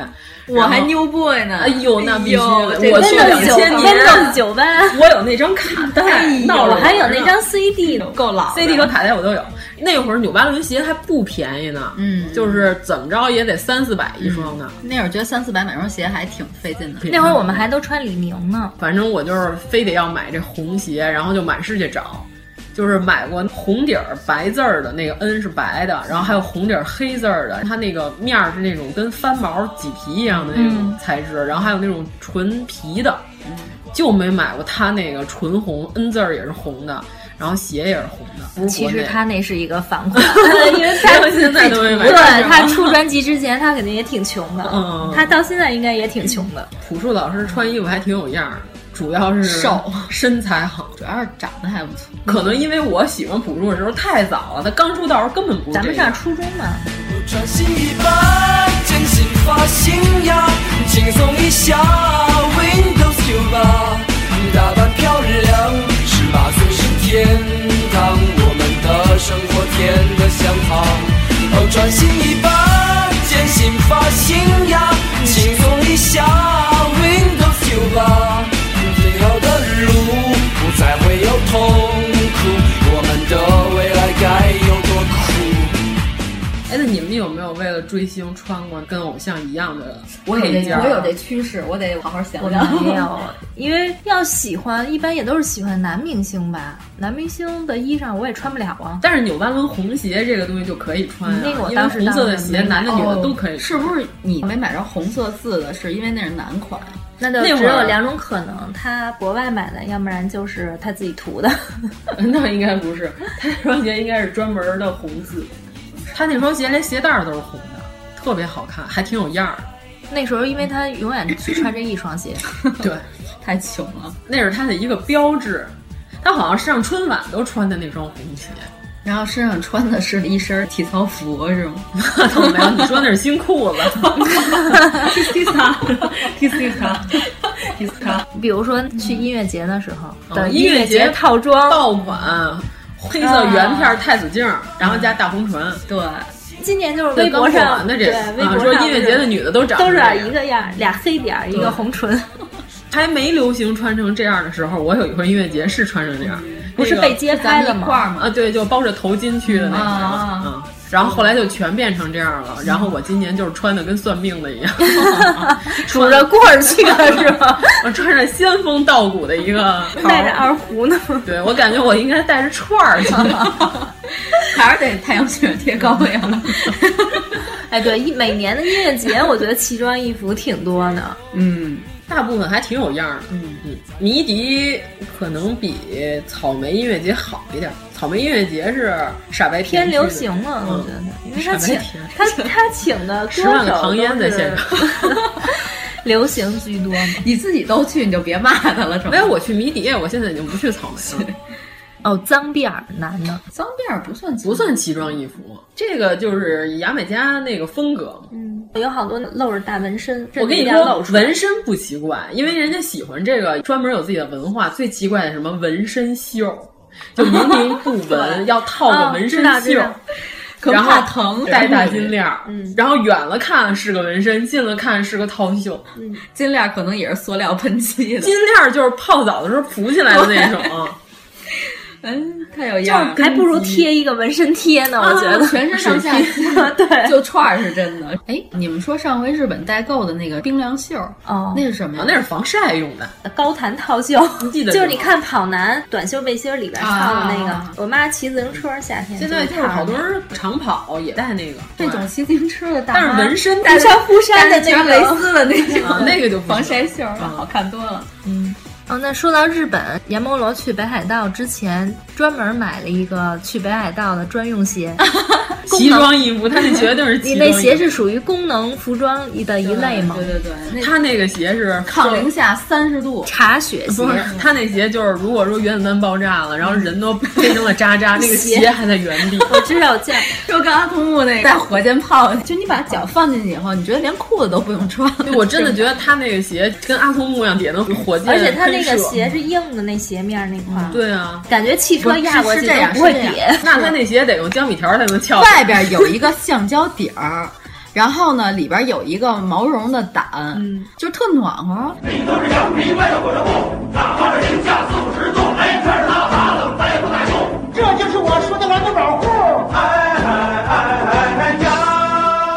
Speaker 9: 我还
Speaker 6: 然后
Speaker 9: New Boy 呢。
Speaker 6: 嗯哎呦，那必须的！
Speaker 9: 哎呦这
Speaker 6: 我去两千年
Speaker 7: Windows 九八，
Speaker 6: 我有那张卡带，闹了
Speaker 7: 我还有那张
Speaker 6: 我
Speaker 7: CD 呢，
Speaker 9: 够老
Speaker 6: CD 和卡带我都有。那会儿纽巴伦鞋还不便宜呢，
Speaker 9: 嗯
Speaker 6: 就是怎么着也得三四百一双呢。
Speaker 9: 那会儿觉得三四百买双鞋还挺费劲的。
Speaker 6: 嗯那会儿我们
Speaker 7: 还都穿李宁呢。
Speaker 6: 反正我就是非得要买这红鞋，然后就满世界找，就是买过红底儿白字儿的那个 N 是白的，然后还有红底儿黑字儿的，它那个面儿是那种跟翻毛麂皮一样的那种
Speaker 7: 嗯
Speaker 6: 材质，然后还有那种纯皮的，就没买过它那个纯红 N 字儿也是红的，然后鞋也是红的，不是
Speaker 7: 其
Speaker 6: 国
Speaker 7: 实
Speaker 6: 内。
Speaker 7: 他那是一个 反款，因为他
Speaker 6: 到现在都没买
Speaker 7: 对他出专辑之前，他肯定也挺穷的。
Speaker 6: 嗯
Speaker 7: 他到现在应该也挺穷的。
Speaker 6: 朴树老师穿衣服还挺有样儿，主要是
Speaker 9: 瘦，
Speaker 6: 身材好。
Speaker 9: 主要是长得还不错。
Speaker 6: 可能因为我喜欢朴树的时候太早了，他刚出道时候根本不是
Speaker 7: 咱们
Speaker 6: 这样
Speaker 7: 上初中嘛，
Speaker 16: 穿新衣吧，整新发型呀，轻松一下，Windows 九八，打扮漂亮，十八岁是天堂，我们的生活甜得像糖。哦，穿新衣吧，剪新发型呀，轻松一下，Windows 九八，以后的路不再会有痛苦，我们的未来该有多酷？
Speaker 6: 哎，那你们有没有为了追星穿过跟偶像一样的
Speaker 8: 我有
Speaker 6: 配
Speaker 8: 这
Speaker 6: 件儿？
Speaker 8: 我有这趋势，我得好好想
Speaker 7: 我
Speaker 8: 想。
Speaker 7: 没有，因为要喜欢，一般也都是喜欢男明星吧。男明星的衣裳我也穿不了啊。
Speaker 6: 但是纽巴伦红鞋这个东西就可以穿啊，
Speaker 7: 嗯那个我
Speaker 6: 因为
Speaker 7: 当时
Speaker 6: 红色的
Speaker 7: 当时
Speaker 6: 鞋，
Speaker 7: 没买
Speaker 6: 男的女的都可以。
Speaker 9: 是不是你没买着红色字的？是因为那是男款？
Speaker 7: 那就
Speaker 9: 那
Speaker 7: 只
Speaker 9: 会儿
Speaker 7: 有两种可能，他国外买的，要不然就是他自己涂的。
Speaker 6: 那应该不是，他那双鞋应该是专门的红字，他那双鞋连鞋带儿都是红的，特别好看，还挺有样儿。
Speaker 7: 那时候，因为他永远只穿这一双鞋，
Speaker 6: 对，
Speaker 9: 太穷了。
Speaker 6: 那是他的一个标志，他好像上春晚都穿的那双红鞋。
Speaker 9: 然后身上穿的是一身体操服是 吗？
Speaker 6: 那倒没有，你说那是新裤子。
Speaker 9: 体操，体操， 体操。
Speaker 7: 比如说去音乐节的时候的哦
Speaker 6: 嗯音乐
Speaker 7: 节
Speaker 6: 节
Speaker 7: 套装
Speaker 6: 爆款，黑色圆片太子镜，然后加大红唇。
Speaker 9: 对，
Speaker 7: 今年就是
Speaker 6: 对
Speaker 7: 微博
Speaker 6: 刚过
Speaker 7: 上
Speaker 6: 完的这
Speaker 7: 对
Speaker 6: 个，
Speaker 7: 微
Speaker 6: 啊
Speaker 7: 博
Speaker 6: 说
Speaker 7: 上
Speaker 6: 音乐节的女的都长
Speaker 7: 都
Speaker 6: 这
Speaker 7: 是啊
Speaker 6: 样
Speaker 7: 一个样儿，俩黑点儿，一个红唇。
Speaker 6: 还没流行穿成这样的时候，我有一回音乐节是穿成这样，
Speaker 7: 不是
Speaker 6: 那个
Speaker 7: 被揭开了
Speaker 6: 一
Speaker 7: 吗
Speaker 6: 块儿嘛啊，对，就包着头巾去的那个，
Speaker 7: 啊
Speaker 6: 嗯。然后后来就全变成这样了。然后我今年就是穿的跟算命的一样，
Speaker 7: 拄着棍儿去的是吧？
Speaker 6: 我穿着仙风道骨的一 个，
Speaker 7: 戴着二胡呢。
Speaker 6: 对我感觉我应该带着串儿去。
Speaker 9: 还是得太阳穴贴高粱。
Speaker 7: 哎，对，一每年的音乐节，我觉得奇装异服挺多的。
Speaker 6: 嗯，大部分还挺有样儿的。嗯嗯，迷笛可能比草莓音乐节好一点儿。草莓音乐节是傻白甜
Speaker 7: 偏
Speaker 6: 去的
Speaker 7: 流行了，我觉得
Speaker 6: 嗯，
Speaker 7: 因为他
Speaker 6: 傻白
Speaker 7: 请
Speaker 6: 甜
Speaker 7: 他他请的歌
Speaker 6: 十万个
Speaker 7: 手
Speaker 6: 唐嫣
Speaker 7: 都
Speaker 6: 在
Speaker 7: 是
Speaker 6: 现 场，
Speaker 7: 流行居多嘛。
Speaker 9: 你自己都去，你就别骂他了，是吧？
Speaker 6: 没有，我去迷笛，我现在已经不去草莓了。
Speaker 7: 哦，脏辫儿男的，
Speaker 9: 脏辫儿不算
Speaker 6: 不算奇装异服，嗯这个就是牙买加那个风格嘛。
Speaker 7: 嗯，有好多露着大纹身，
Speaker 6: 我跟你
Speaker 7: 这人家
Speaker 6: 说
Speaker 7: 露，出来
Speaker 6: 纹身不奇怪，因为人家喜欢这个，专门有自己的文化。最奇怪的是什么纹身袖，就明明 不纹，
Speaker 7: 对
Speaker 6: 要套
Speaker 7: 啊
Speaker 6: 个纹身
Speaker 7: 知道知
Speaker 6: 袖
Speaker 7: 道，
Speaker 9: 可
Speaker 6: 然后
Speaker 9: 怕疼
Speaker 6: 戴大金链儿
Speaker 7: 嗯，
Speaker 6: 然后远了看是个纹身，近了看是个套袖。
Speaker 7: 嗯，
Speaker 9: 金链儿可能也是塑料喷漆的。
Speaker 6: 金链儿就是泡澡的时候浮起来的那种，
Speaker 9: 嗯，太有样儿了，
Speaker 7: 还不如贴一个纹身贴呢，我觉得
Speaker 9: 啊全身上下 对，就串儿是真的。哎，你们说上回日本代购的那个冰凉袖，
Speaker 7: 哦，
Speaker 9: 那是什么呀
Speaker 6: 啊？那是防晒用的。
Speaker 7: 高弹套袖，
Speaker 6: 记得
Speaker 7: 就是
Speaker 6: 吗
Speaker 7: 你看跑男短袖背心儿里边套的那个，
Speaker 6: 啊
Speaker 7: 我妈骑自行车夏天
Speaker 6: 现在
Speaker 7: 就
Speaker 6: 就是
Speaker 7: 套
Speaker 6: 好多
Speaker 7: 那个
Speaker 6: 人长跑也戴那个，
Speaker 9: 这种骑自行车的大
Speaker 6: 但
Speaker 9: 妈，
Speaker 6: 是纹身
Speaker 9: 带
Speaker 6: 不像
Speaker 7: 富山的
Speaker 9: 带着全
Speaker 7: 那
Speaker 9: 蕾
Speaker 7: 种
Speaker 9: 丝的那
Speaker 6: 啊
Speaker 9: 种，
Speaker 6: 那个就不
Speaker 9: 防
Speaker 6: 是
Speaker 9: 晒袖儿好看多了。
Speaker 7: 嗯，哦，那说到日本，阎摩罗去北海道之前，专门买了一个去北海道的专用 鞋，功能
Speaker 6: 奇装异服，他那绝对是
Speaker 7: 你
Speaker 6: 奇装
Speaker 7: 那
Speaker 6: 异服。
Speaker 7: 鞋是属于功能服装的一类吗？
Speaker 9: 对对对，
Speaker 6: 他那个鞋是
Speaker 9: 抗零下三十度，
Speaker 7: 茶雪鞋
Speaker 6: 不是， 他那鞋就是，如果说原子弹爆炸了，然后人都变成了渣渣，那个鞋还在原地。
Speaker 7: 嗯 我知道见
Speaker 9: 就刚刚通木那个带火箭炮，就你把脚放进去以后，你觉得连裤子都不用 穿。
Speaker 6: 对我真的觉得他那个鞋跟阿童木一样，也能火箭
Speaker 7: 而且它那个
Speaker 6: 喷射
Speaker 7: 鞋是硬的，那鞋面儿那块儿、
Speaker 6: 对 啊，
Speaker 7: 感觉汽车压过去都不会瘪。
Speaker 6: 那他那鞋得用江米条才能翘。
Speaker 9: 外边有一个橡胶底儿，然后呢里边有一个毛绒的胆，嗯，就特暖和。
Speaker 2: 这就是我说的蓝根保护。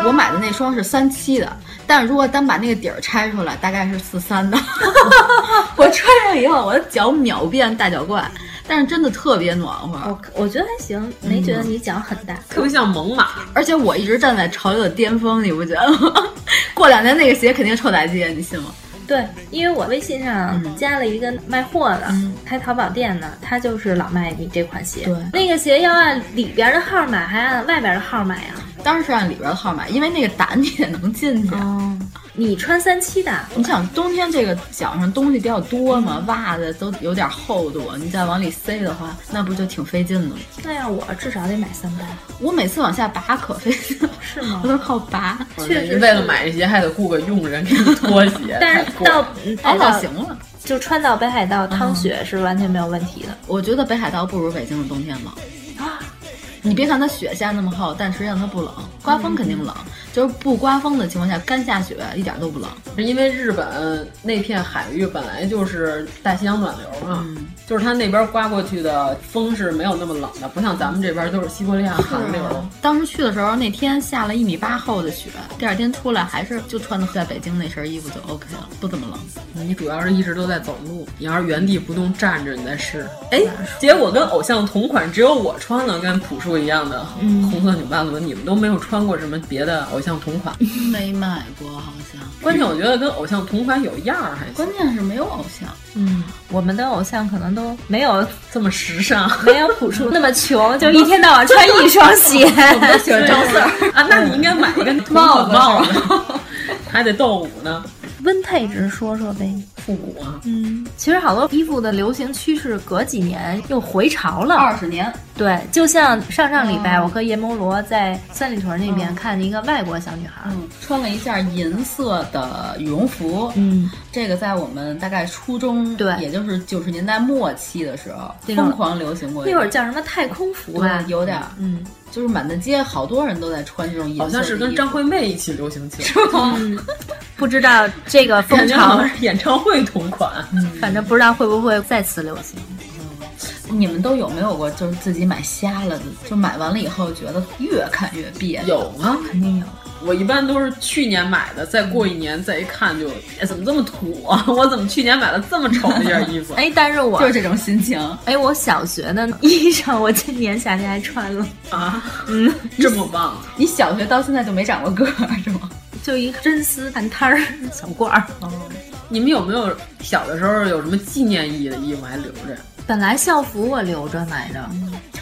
Speaker 9: 我买的那双是三七的，但如果单把那个底儿拆出来，大概是四三的。 我穿上以后，我的脚秒变大脚怪，但是真的特别暖和。
Speaker 7: 我我觉得还行，没觉得你脚很大。
Speaker 6: 特别像猛犸，
Speaker 9: 而且我一直站在潮流的巅峰，你不觉得吗？ 过两年那个鞋肯定臭大街，你信吗？
Speaker 7: 对，因为我微信上加了一个卖货的，开淘宝店的，他就是老卖你这款鞋。
Speaker 9: 对
Speaker 7: 那个鞋要按里边的号买，还按外边的号买呀、啊
Speaker 9: 当然是按里边的号码，因为那个胆你也能进去。
Speaker 6: 嗯
Speaker 7: 你穿三七的，
Speaker 9: 你想冬天这个脚上东西比较多
Speaker 6: 嗯
Speaker 9: 嘛，袜子都有点厚度，你再往里塞的话，那不就挺费劲的吗？
Speaker 7: 那样我至少得买三单，
Speaker 9: 我每次往下拔可费劲，是
Speaker 7: 吗？
Speaker 9: 我都是靠拔，
Speaker 7: 确实
Speaker 6: 哦为了买这鞋还得雇个 佣人给你脱鞋。
Speaker 7: 但是
Speaker 6: 太贵了
Speaker 7: 到嗯
Speaker 9: 淘宝
Speaker 7: 北海道
Speaker 9: 哎行了。
Speaker 7: 就穿到北海道汤雪是完全没有问题的。
Speaker 9: 我觉得北海道不如北京的冬天冷。你别看它雪下那么厚，但实际上它不冷，刮风肯定冷，就是不刮风的情况下，干下雪一点都不冷。
Speaker 6: 是因为日本那片海域本来就是大西洋暖流嘛，就是它那边刮过去的风是没有那么冷的，不像咱们这边都是西啊伯利亚寒流。
Speaker 9: 当时去的时候，那天下了一米八厚的雪，第二天出来还是就穿的在北京那身衣服就 OK 了，不怎么冷。
Speaker 6: 你主要是一直都在走路，你要是原地不动站着，你再试。哎，结果跟偶像同款，只有我穿了跟朴树一样的
Speaker 9: 嗯
Speaker 6: 红色纽巴伦，你们都没有穿过什么别的偶像同款。
Speaker 9: 没买过，好像。
Speaker 6: 关键我觉得跟偶像同款有样儿还行，
Speaker 9: 关键是没有偶像，
Speaker 7: 嗯，我们的偶像可能都没有
Speaker 6: 这么时尚，
Speaker 7: 没有朴树那么穷，就一天到晚穿一双鞋。
Speaker 6: 我都喜欢赵四儿啊，那你应该买一个
Speaker 7: 帽子
Speaker 6: 帽子，还得斗舞呢，
Speaker 7: 温配置说说呗。
Speaker 6: 复古啊。
Speaker 7: 嗯，其实好多衣服的流行趋势隔几年又回潮了。
Speaker 9: 二十年，
Speaker 7: 对，就像上上礼拜，我和阎摩罗在三里屯那边看见一个外国小女孩，
Speaker 9: 嗯，穿了一件银色的羽绒服，
Speaker 7: 嗯，
Speaker 9: 这个在我们大概初中，
Speaker 7: 对
Speaker 9: 也就是九十年代末期的时候，
Speaker 7: 那种
Speaker 9: 疯狂流行过一
Speaker 7: 那
Speaker 9: 个
Speaker 7: 会儿叫什么太空服吧
Speaker 9: 对，，有点儿，
Speaker 7: 嗯，
Speaker 9: 就是满大街好多人都在穿这种银色的衣服，
Speaker 6: 好像是跟张惠妹一起流行起来，
Speaker 9: 是吗？
Speaker 7: 不知道这个风潮
Speaker 6: 感觉好像是 演唱会同款，
Speaker 7: 反正不知道会不会再次流行。
Speaker 9: 你们都有没有过就是自己买瞎了的，就买完了以后觉得越看越别扭？
Speaker 6: 有啊，
Speaker 9: 肯定有。
Speaker 6: 我一般都是去年买的，再过一年再一看就，哎，怎么这么土啊？ 我怎么去年买了这么丑的一 件衣服？
Speaker 7: 哎，但是我
Speaker 9: 啊就是这种心情。
Speaker 7: 哎，我小学的衣裳，我今年夏天还穿了
Speaker 6: 啊，嗯，这么棒！
Speaker 9: 你小学到现在就没长过个儿是吗？
Speaker 7: 就一真丝盘摊儿小褂儿。哦，
Speaker 6: 你们有没有小的时候有什么纪念意义的衣服还留着？
Speaker 9: 嗯
Speaker 7: 本来校服我留着买着。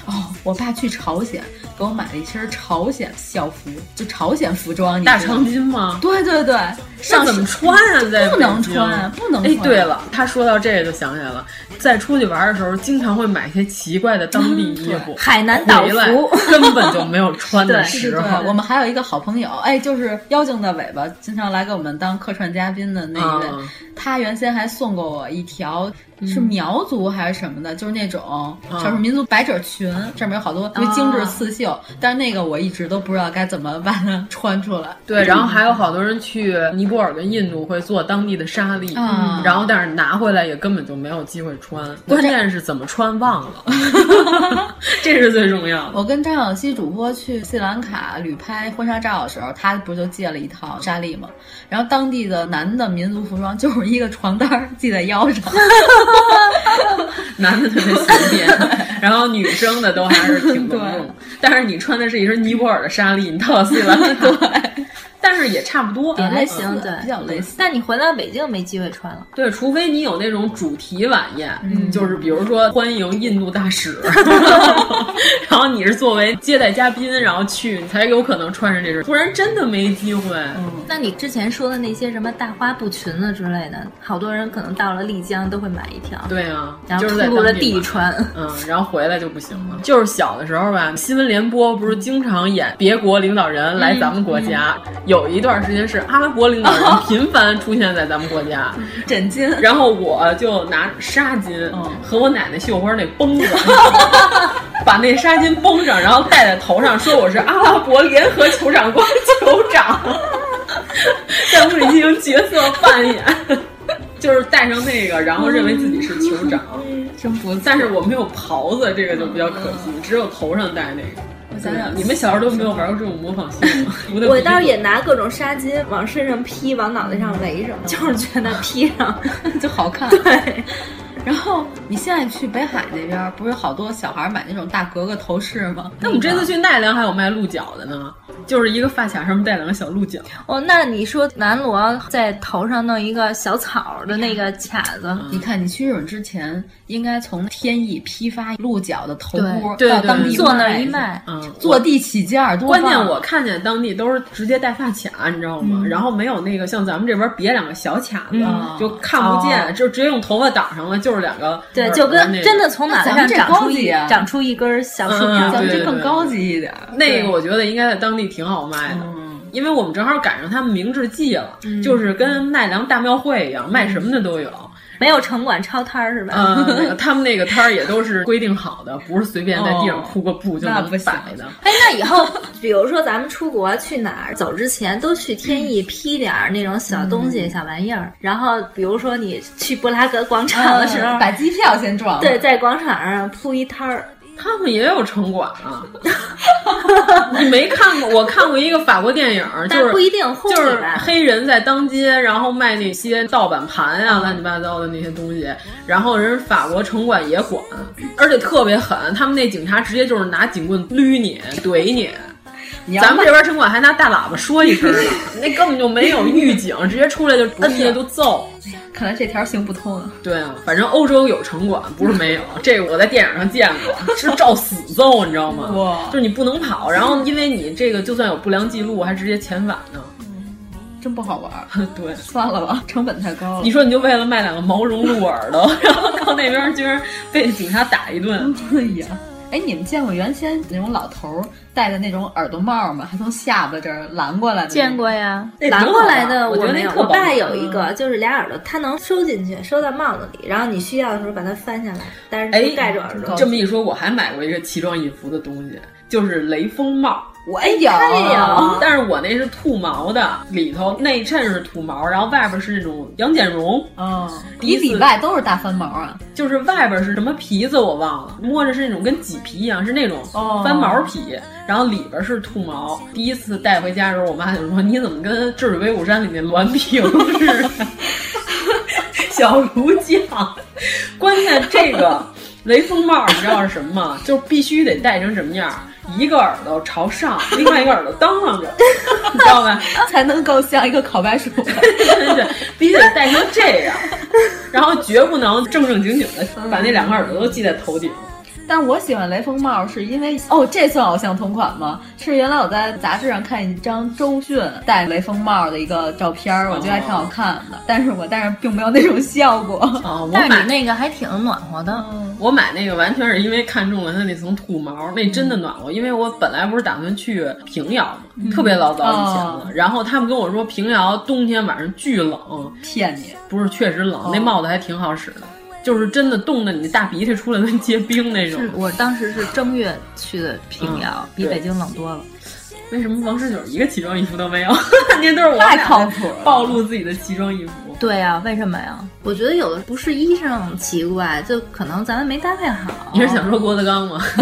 Speaker 9: 哦，我爸去朝鲜给我买了一身朝鲜校服，就朝鲜服装，
Speaker 6: 大长今吗？
Speaker 9: 对对对，
Speaker 6: 上怎么穿啊？在
Speaker 9: 不能穿，不能穿。
Speaker 6: 哎，对了，他说到这个就想起来了，在出去玩的时候，经常会买一些奇怪的当地衣服，嗯、
Speaker 7: 海南岛服
Speaker 6: 根本就没有穿的时候
Speaker 9: 我们还有一个好朋友，哎，就是妖精的尾巴，经常来给我们当客串嘉宾的那
Speaker 6: 啊
Speaker 9: 一位，嗯、他原先还送过我一条。是苗族还是什么的？就是那种
Speaker 6: 啊
Speaker 9: 少数民族百褶裙，上面有好多特别精致刺绣，啊、但是那个我一直都不知道该怎么把 它穿出来。
Speaker 6: 对，然后还有好多人去尼泊尔跟印度会做当地的纱丽，
Speaker 9: 啊
Speaker 6: 嗯、然后但是拿回来也根本就没有机会穿，关键是怎么穿忘了，这是最重要的。
Speaker 9: 我跟张小希主播去斯里兰卡旅拍婚纱照的时候，他不就借了一套纱丽嘛，然后当地的男的民族服装就是一个床单系在腰上。
Speaker 6: 男的特别随便，然后女生的都还是挺隆重。但是你穿的是一身尼泊尔的纱丽，你到斯里兰卡，对，但是也差不多，啊嗯
Speaker 7: 也类型对，
Speaker 9: 比较类似。
Speaker 7: 但你回到北京没机会穿了，
Speaker 6: 对，除非你有那种主题晚宴，嗯、就是比如说欢迎印度大 使，然后你是作为接待嘉宾，然后去，你才有可能穿上这身，不然真的没机会。
Speaker 7: 嗯、那你之前说的那些什么大花布裙子之类的，好多人可能到了丽江都会买一条。
Speaker 6: 对啊，
Speaker 7: 然
Speaker 6: 后在
Speaker 7: 入了地嗯穿，
Speaker 6: 嗯，然后回来就不行了。就是小的时候吧，新闻联播不是经常演别国领导人来咱们国家，嗯嗯、有一段时间是阿拉伯领导 人频繁出现在咱们国家，哦、
Speaker 9: 枕巾。
Speaker 6: 然后我就拿纱巾
Speaker 7: 嗯
Speaker 6: 和我奶奶绣花那绷子，把那纱巾绷上，然后戴在头上，说我是阿拉伯联合酋长国酋长，在屋里进行角色扮演。就是戴上那个，然后认为自己是酋长，
Speaker 7: 嗯
Speaker 9: 真不。
Speaker 6: 但是我没有袍子，这个就比较可
Speaker 7: 嗯
Speaker 6: 惜，只有头上戴那个。
Speaker 9: 我想想，
Speaker 6: 你们小时候都没有玩过这种模仿秀吗？
Speaker 7: 我倒是也拿各种纱巾往身上披，往脑袋上围上，就是觉得披上
Speaker 9: 就好看。
Speaker 7: 对。
Speaker 9: 然后你现在去北海那边，不是好多小孩买那种大格格头饰吗？嗯
Speaker 6: 那我们这次去奈良还有卖鹿角的呢，就是一个发卡上面带两个小鹿角。
Speaker 7: 哦，那你说南罗在头上弄一个小草的那个卡子，嗯、
Speaker 9: 你看你去日本之前，应该从天意批发鹿角的头
Speaker 6: 箍到
Speaker 9: 当地
Speaker 7: 坐那一卖，
Speaker 6: 嗯，
Speaker 9: 坐地起价多。
Speaker 6: 关键我看见当地都是直接戴发卡，你知道吗？嗯、然后没有那个像咱们这边别两个小卡子，嗯、就看不见，哦、就直接用头发挡上了就。就是两个，
Speaker 7: 对，就跟真的从哪上长出一
Speaker 6: 啊
Speaker 7: 长出一根小
Speaker 6: 嗯
Speaker 7: 树苗，
Speaker 9: 啊咱们这更高级一点。
Speaker 6: 那个我觉得应该在当地挺好卖的，
Speaker 7: 嗯
Speaker 6: 因为我们正好赶上他们明治季了，就是跟奈良大庙会一
Speaker 7: 嗯
Speaker 6: 样，卖什么的都有。
Speaker 7: 没有城管抄摊儿是吧？
Speaker 6: 嗯， 他们那个摊儿也都是规定好的，不是随便在地上铺个布 就能摆的。
Speaker 7: 哎，那以后比如说咱们出国去哪儿走之前，都去天意批点儿那种小东
Speaker 6: 嗯
Speaker 7: 西、小玩意儿。然后比如说你去布拉格
Speaker 9: 哎
Speaker 7: 广场的
Speaker 6: 嗯
Speaker 7: 时候，
Speaker 9: 把机票先撞了。
Speaker 7: 对，在广场上铺一摊儿。
Speaker 6: 他们也有城管啊！ 你没看过？我看过一个法国电影，就是
Speaker 7: 不一定
Speaker 6: 就是黑人在当街，然后卖那些盗版盘
Speaker 7: 嗯
Speaker 6: 啊、乱七八糟的那些东西。然后人法国城管也管，而且特别狠，他们那警察直接就是拿警棍捋你、怼你。咱们这边城管还拿大喇叭说一 声呢，那根本就没有预警，直接出来就摁下就揍。
Speaker 9: 看来这条行不通啊。
Speaker 6: 对啊，反正欧洲有城管，不是没有。这个我在电影上见过，是照死揍，你知道吗？
Speaker 9: 哇！
Speaker 6: 就是你不能跑，然后因为你这个就算有不良记录，还直接遣返呢。
Speaker 9: 真不好玩，
Speaker 6: 对，
Speaker 9: 算了吧，成本太高了。
Speaker 6: 你说你就为了卖两个毛绒鹿耳朵， 然后到那边居然被警察打一
Speaker 7: 嗯
Speaker 6: 顿，
Speaker 9: 对呀。哎，你们见过原先那种老头戴的那种耳朵帽吗？还从下巴这儿拦过来的？
Speaker 7: 见过呀，
Speaker 6: 哎
Speaker 7: 拦过来的我没有。我爸有
Speaker 6: 嗯
Speaker 7: 一个，就是俩耳朵，他能收进去，收到帽子里，然后你
Speaker 6: 哎
Speaker 7: 需要的时候把它翻下来，但是盖住耳朵。
Speaker 6: 这么一说，我还买过一个奇装异服的东西，就是雷锋帽。
Speaker 17: 我有，
Speaker 7: 哎
Speaker 6: 但是我那是兔毛的，里头内衬是兔毛，然后外边是那种羊剪绒。
Speaker 7: 嗯
Speaker 9: 哦，里里外都是大翻毛 啊，
Speaker 6: 就是外边是什么皮子我忘了，摸着是那种跟麂皮一样，是那种翻毛皮，然后里边是兔毛。第一次带回家的时候，我妈就说：“你怎么跟《智取威虎山》里那栾平似的？”啊 小儒将，关键这个雷锋帽你知道是什么吗？就必须得戴成什么样儿，一个耳朵朝上，另外一个耳朵当当着，你知道吧？
Speaker 9: 才能够像一个烤白薯。
Speaker 6: 真是必须得戴成这样，然后绝不能正正经经的把那两个耳朵都系在头顶。
Speaker 9: 但我喜欢雷锋帽，是因为哦，这算偶像同款吗？是原来我在杂志上看一张周迅戴雷锋帽的一个照片，我觉得还挺好看的。
Speaker 7: 嗯
Speaker 9: 但是我但是并没有那种效果。
Speaker 6: 哦，我
Speaker 7: 但是
Speaker 6: 买嗯
Speaker 7: 你那个还挺暖和的，
Speaker 6: 我买那个完全是因为看中了它那层兔毛，那真
Speaker 7: 嗯
Speaker 6: 的暖和。因为我本来不是打算去平遥嘛，
Speaker 9: 嗯
Speaker 6: 特别老早以前了。
Speaker 9: 哦
Speaker 6: 然后他们跟我说平遥冬天晚上巨冷，
Speaker 9: 骗你，
Speaker 6: 不是确实冷，
Speaker 9: 哦
Speaker 6: 那帽子还挺好使的，就是真的冻得你大鼻涕出来跟结冰那种
Speaker 7: 是。我当时是正月去的平遥，
Speaker 6: 嗯
Speaker 7: 比北京冷多了。
Speaker 6: 为什么王十九一个奇装异服都没有？ 您都是我
Speaker 7: 太
Speaker 6: 俩
Speaker 7: 靠谱了
Speaker 6: 暴露自己的奇装异服。
Speaker 7: 对呀、为什么呀？我觉得有的不是衣裳奇怪，就可能咱们没搭配好。
Speaker 6: 你是想说郭德纲吗？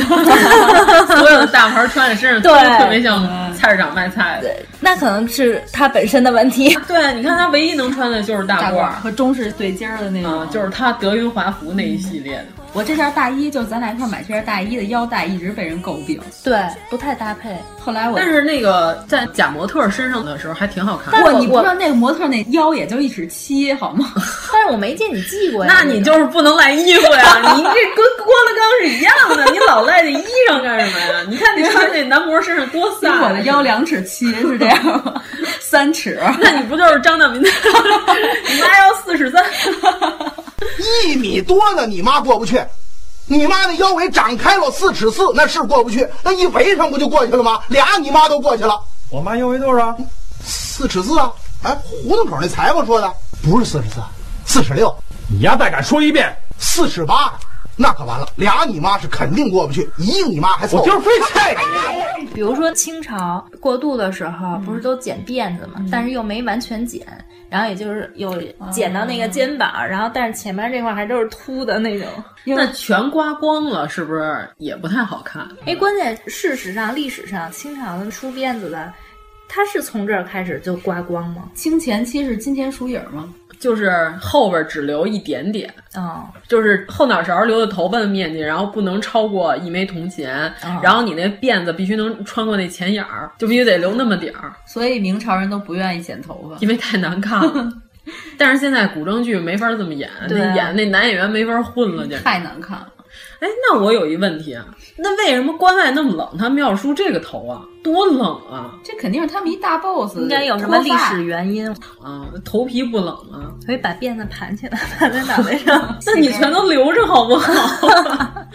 Speaker 6: 所有的大牌穿在身上都
Speaker 7: 对
Speaker 6: 特别像菜市场卖菜的。
Speaker 7: 那可能是他本身的问题。
Speaker 6: 对，你看他唯一能穿的就是大褂
Speaker 9: 褂
Speaker 6: 儿，
Speaker 9: 和中式对襟儿的那种、
Speaker 7: 嗯
Speaker 6: 啊，就是他德云华服那一系列的。
Speaker 9: 我这件大衣，就是咱俩一块儿买这件大衣的腰带一直被人诟病，
Speaker 7: 对，不太搭配。
Speaker 9: 后来我
Speaker 6: 但是那个在假模特身上的时候还挺好看
Speaker 9: 但
Speaker 6: 的。
Speaker 9: 哇，你不知道那个模特那腰也就一尺七，好吗？
Speaker 7: 但是我没见你系过呀。
Speaker 6: 那你就是不能赖衣服呀！ 你这跟郭德纲是一样的，你老赖这衣裳干什么呀？你看你穿那男模身上多
Speaker 9: 因为
Speaker 6: 飒！啊
Speaker 9: 我的腰，两尺七是这样吗？ 三尺，
Speaker 6: 那你不就是张 大民的？你妈腰四十三，
Speaker 18: 一米多呢，你妈过不去。你妈那腰围长开了四尺四，那是过不去。那一围上不就过去了吗？俩你妈都过去了。我妈腰围多少？四尺四啊！哎，胡同口那裁缝说的，不是四十四，四十六。你丫再敢说一遍，四尺八，那可完了。俩你妈是肯定过不去，一个你妈还凑合。
Speaker 7: 我就是
Speaker 18: 非菜。
Speaker 7: 比如说清朝过渡的时候，不是都剪辫子嘛，但是又没完全剪，然后也就是有剪到那个肩膀，然后但是前面这块还都是秃的那种。
Speaker 6: 那全刮光了是不是也不太好看？
Speaker 7: 哎，关键事实上，历史上清朝的梳辫子的，他是从这儿开始就刮光吗？
Speaker 9: 清前期是金钱鼠影吗？
Speaker 6: 就是后边只留一点点，
Speaker 7: 哦，
Speaker 6: 就是后脑勺留的头发的面积，然后不能超过一枚铜钱，
Speaker 9: 哦
Speaker 6: 然后你那辫子必须能穿过那钱眼儿，就必须得留那么点儿，
Speaker 9: 所以明朝人都不愿意剪头发，
Speaker 6: 因为太难看了。但是现在古装剧没法这么演，
Speaker 9: 对
Speaker 6: 那演那男演员没法混了，简直
Speaker 9: 太难看了。
Speaker 6: 哎，那我有一问题啊，那为什么关外那么冷，他们要梳这个头啊？多冷啊！
Speaker 9: 这肯定是他们一大 boss，
Speaker 7: 嗯应该有什么历史原因
Speaker 6: 啊？头皮不冷啊？
Speaker 7: 所以把辫子盘起来，盘在脑袋 上
Speaker 6: 。那你全都留着好不好？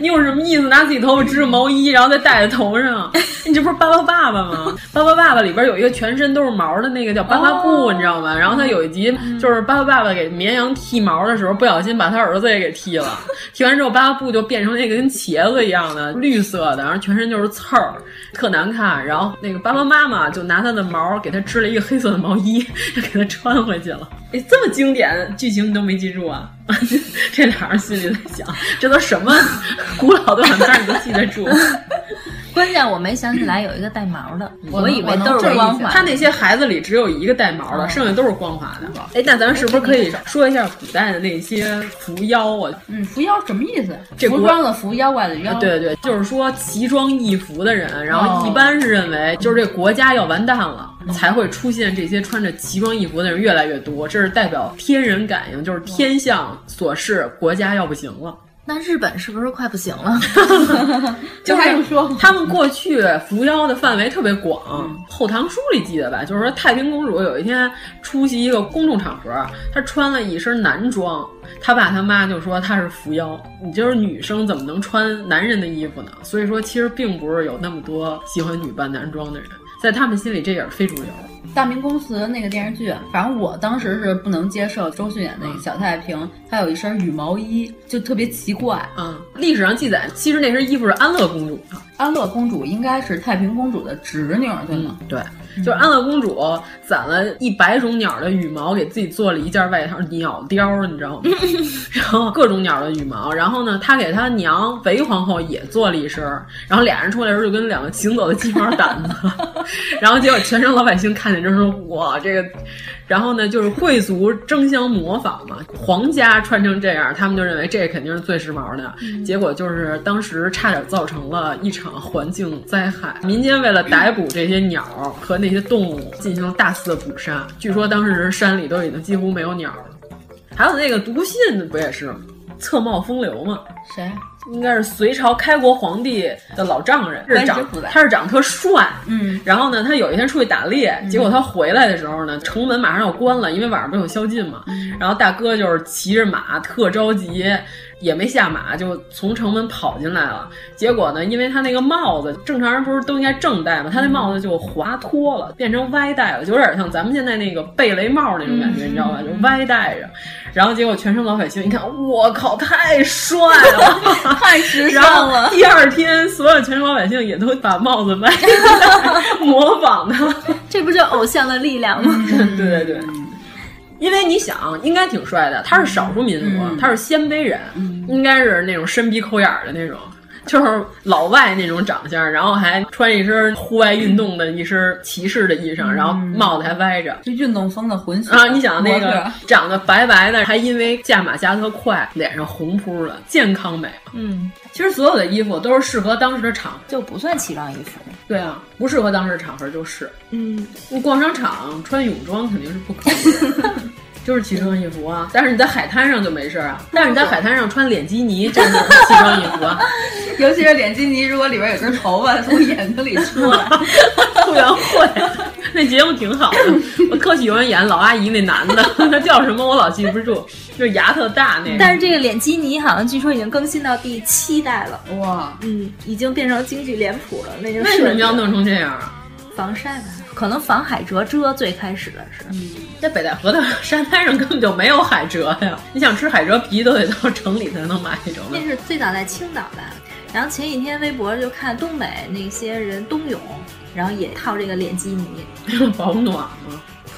Speaker 6: 你有什么意思？拿自己头发织个毛衣，然后再戴在头上，你这不是巴巴爸爸吗？巴巴爸爸里边有一个全身都是毛的那个叫巴巴布，你知道吗？然后他有一集就是巴巴爸爸给绵羊剃毛的时候，不小心把他儿子也给剃了。剃完之后，巴巴布就变成那个跟茄子一样的绿色的，然后全身就是刺儿，特难看。然后那个巴巴妈妈就拿他的毛给他织了一个黑色的毛衣， 就给他穿回去了。哎，这么经典剧情你都没记住啊？ 这俩人心里在想，这都什么古老的短片，你都记得住？
Speaker 7: 关键我没想起来有一个带毛的，
Speaker 6: 我
Speaker 7: 以为 都是光滑。嗯
Speaker 6: 他那些孩子里只有一个带毛的，剩下都是光滑的。哎，那咱们是不是可以说一下古代的那些扶腰啊？
Speaker 9: 嗯，扶腰什么意思？
Speaker 6: 这
Speaker 9: 服
Speaker 6: 国
Speaker 9: 装的服，妖怪的妖。
Speaker 6: 对对，就是说奇装异服的人，然后
Speaker 9: 哦
Speaker 6: 一般是认为就是这国家要完蛋了，才会出现这些穿着奇装异服的人越来越多，这是代表天人感应，就是天象所示，国家要不行了。
Speaker 7: 那日本是不是快不行了？
Speaker 6: 就是说，嗯他们过去扶妖的范围特别广，后唐书》里记得吧？就是说，太平公主有一天出席一个公众场合，她穿了一身男装，她爸她妈就说她是扶妖，你就是女生怎么能穿男人的衣服呢？所以说，其实并不是有那么多喜欢女扮男装的人，在他们心里这也是非主流。
Speaker 9: 大明宫词》那个电视剧，反正我当时是不能接受周迅演那个小太平，她有一身羽毛衣，就特别奇怪。
Speaker 6: 嗯，历史上记载，其实那身衣服是安乐公主的。
Speaker 9: 安乐公主应该是太平公主的侄女，对吗？
Speaker 6: 对，就是安乐公主攒了一百种鸟的羽毛，给自己做了一件外套，鸟貂，你知道吗？ 然后各种鸟的羽毛，然后呢，她给她娘韦皇后也做了一身，然后俩人出来的时候就跟两个行走的鸡毛掸子， 然后结果全城老百姓看见就说：“哇，这个！”然后呢，就是贵族争相模仿嘛，皇家穿成这样，他们就认为这肯定是最时髦的。
Speaker 9: 嗯
Speaker 6: 结果就是当时差点造成了一场环境灾害，民间为了逮捕这些鸟和那些动物进行了大肆的捕杀，据说当时山里都已经几乎没有鸟了。还有那个笃信不也是侧帽风流嘛？
Speaker 9: 谁？
Speaker 6: 应该是隋朝开国皇帝的老丈人，
Speaker 9: 关之
Speaker 6: 是长
Speaker 9: 不在
Speaker 6: 他是长得特帅，
Speaker 9: 嗯，
Speaker 6: 然后呢，他有一天出去打猎，结果他回来的时候呢，城门马上要关了，因为晚上不是有宵禁嘛。然后大哥就是骑着马，特着急，也没下马，就从城门跑进来了。结果呢，因为他那个帽子，正常人不是都应该正戴嘛，他那帽子就滑脱了，变成歪戴了，就有点像咱们现在那个贝雷帽那种感觉，你知道吧？就歪戴着。然后结果全城老百姓一看，我靠，太帅了！
Speaker 9: 太时
Speaker 6: 然
Speaker 9: 尚
Speaker 6: 后
Speaker 9: 了。
Speaker 6: 第二天，所有全城老百姓也都把帽子 歪戴，模仿他。
Speaker 7: 这不就偶像的力量吗？
Speaker 6: 对对对，嗯因为你想，应该挺帅的。他是少数民族，他是鲜卑人，应该是那种深鼻抠眼儿的那种。就是老外那种长相，然后还穿一身户外运动的一身骑士的衣裳，然后帽子还歪着，
Speaker 9: 就运动风的混血
Speaker 6: 啊！你想那
Speaker 9: 模
Speaker 6: 个
Speaker 9: 特
Speaker 6: 长得白白的，还因为驾马加特快，脸上红扑的，健康美。
Speaker 7: 嗯，
Speaker 6: 其实所有的衣服都是适合当时的场合，
Speaker 7: 就不算奇装异服。
Speaker 6: 对啊，不适合当时的场合就是。
Speaker 7: 嗯，
Speaker 6: 你逛商场穿泳装肯定是不可以 的，就是奇装异服啊。但是你在海滩上就没事儿啊，但是你在海滩上穿脸基尼，这就是奇装异服 啊。
Speaker 9: 尤其是脸基尼，如果里边有根头发从眼睛里出来，
Speaker 6: 后援会 那节目挺好的，我特喜欢演老阿姨那男的， 他叫什么我老记不住，就是牙特大那个。
Speaker 7: 但是这个脸基尼好像据说已经更新到第七代了。
Speaker 6: 哇，
Speaker 7: 嗯，已经变成京剧脸谱了。那个
Speaker 6: 为什么要弄成这样啊？
Speaker 7: 防晒吧？可能防海蜇蜇最开始的是。
Speaker 6: 在北戴河的沙滩上根本就没有海蜇呀！你想吃海蜇皮都得到城里才能买着呢
Speaker 7: 那。是最早在青岛吧。然后前几天微博就看东北那些人冬泳，然后也套这个脸基尼，
Speaker 6: 保暖吗？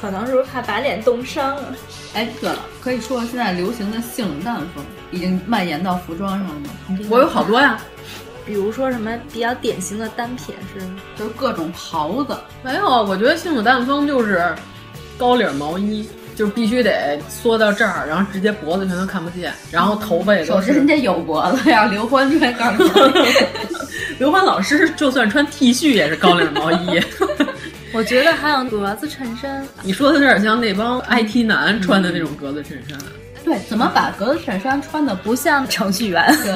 Speaker 7: 可能是不是怕把脸冻伤了？
Speaker 9: 哎，对了，可以说现在流行的性冷淡风已经蔓延到服装上了吗？
Speaker 6: 我有好多呀，
Speaker 7: 比如说什么比较典型的单品是，
Speaker 9: 就是各种袍子，
Speaker 6: 没有，啊我觉得性冷淡风就是高领毛衣，就是必须得缩到这儿，然后直接脖子全都看不见，然后头发也
Speaker 9: 首
Speaker 6: 都
Speaker 9: 先人
Speaker 6: 是。
Speaker 9: 家有脖子呀，刘欢出来告诉你，
Speaker 6: 刘欢老师就算穿 T 恤也是高领毛衣。
Speaker 7: 我觉得还有格子衬衫，
Speaker 6: 你说的有点像那帮 IT 男穿的那种格子衬衫，
Speaker 9: 对，怎么把格子衬衫穿的不
Speaker 7: 不像程序 员，
Speaker 9: 对，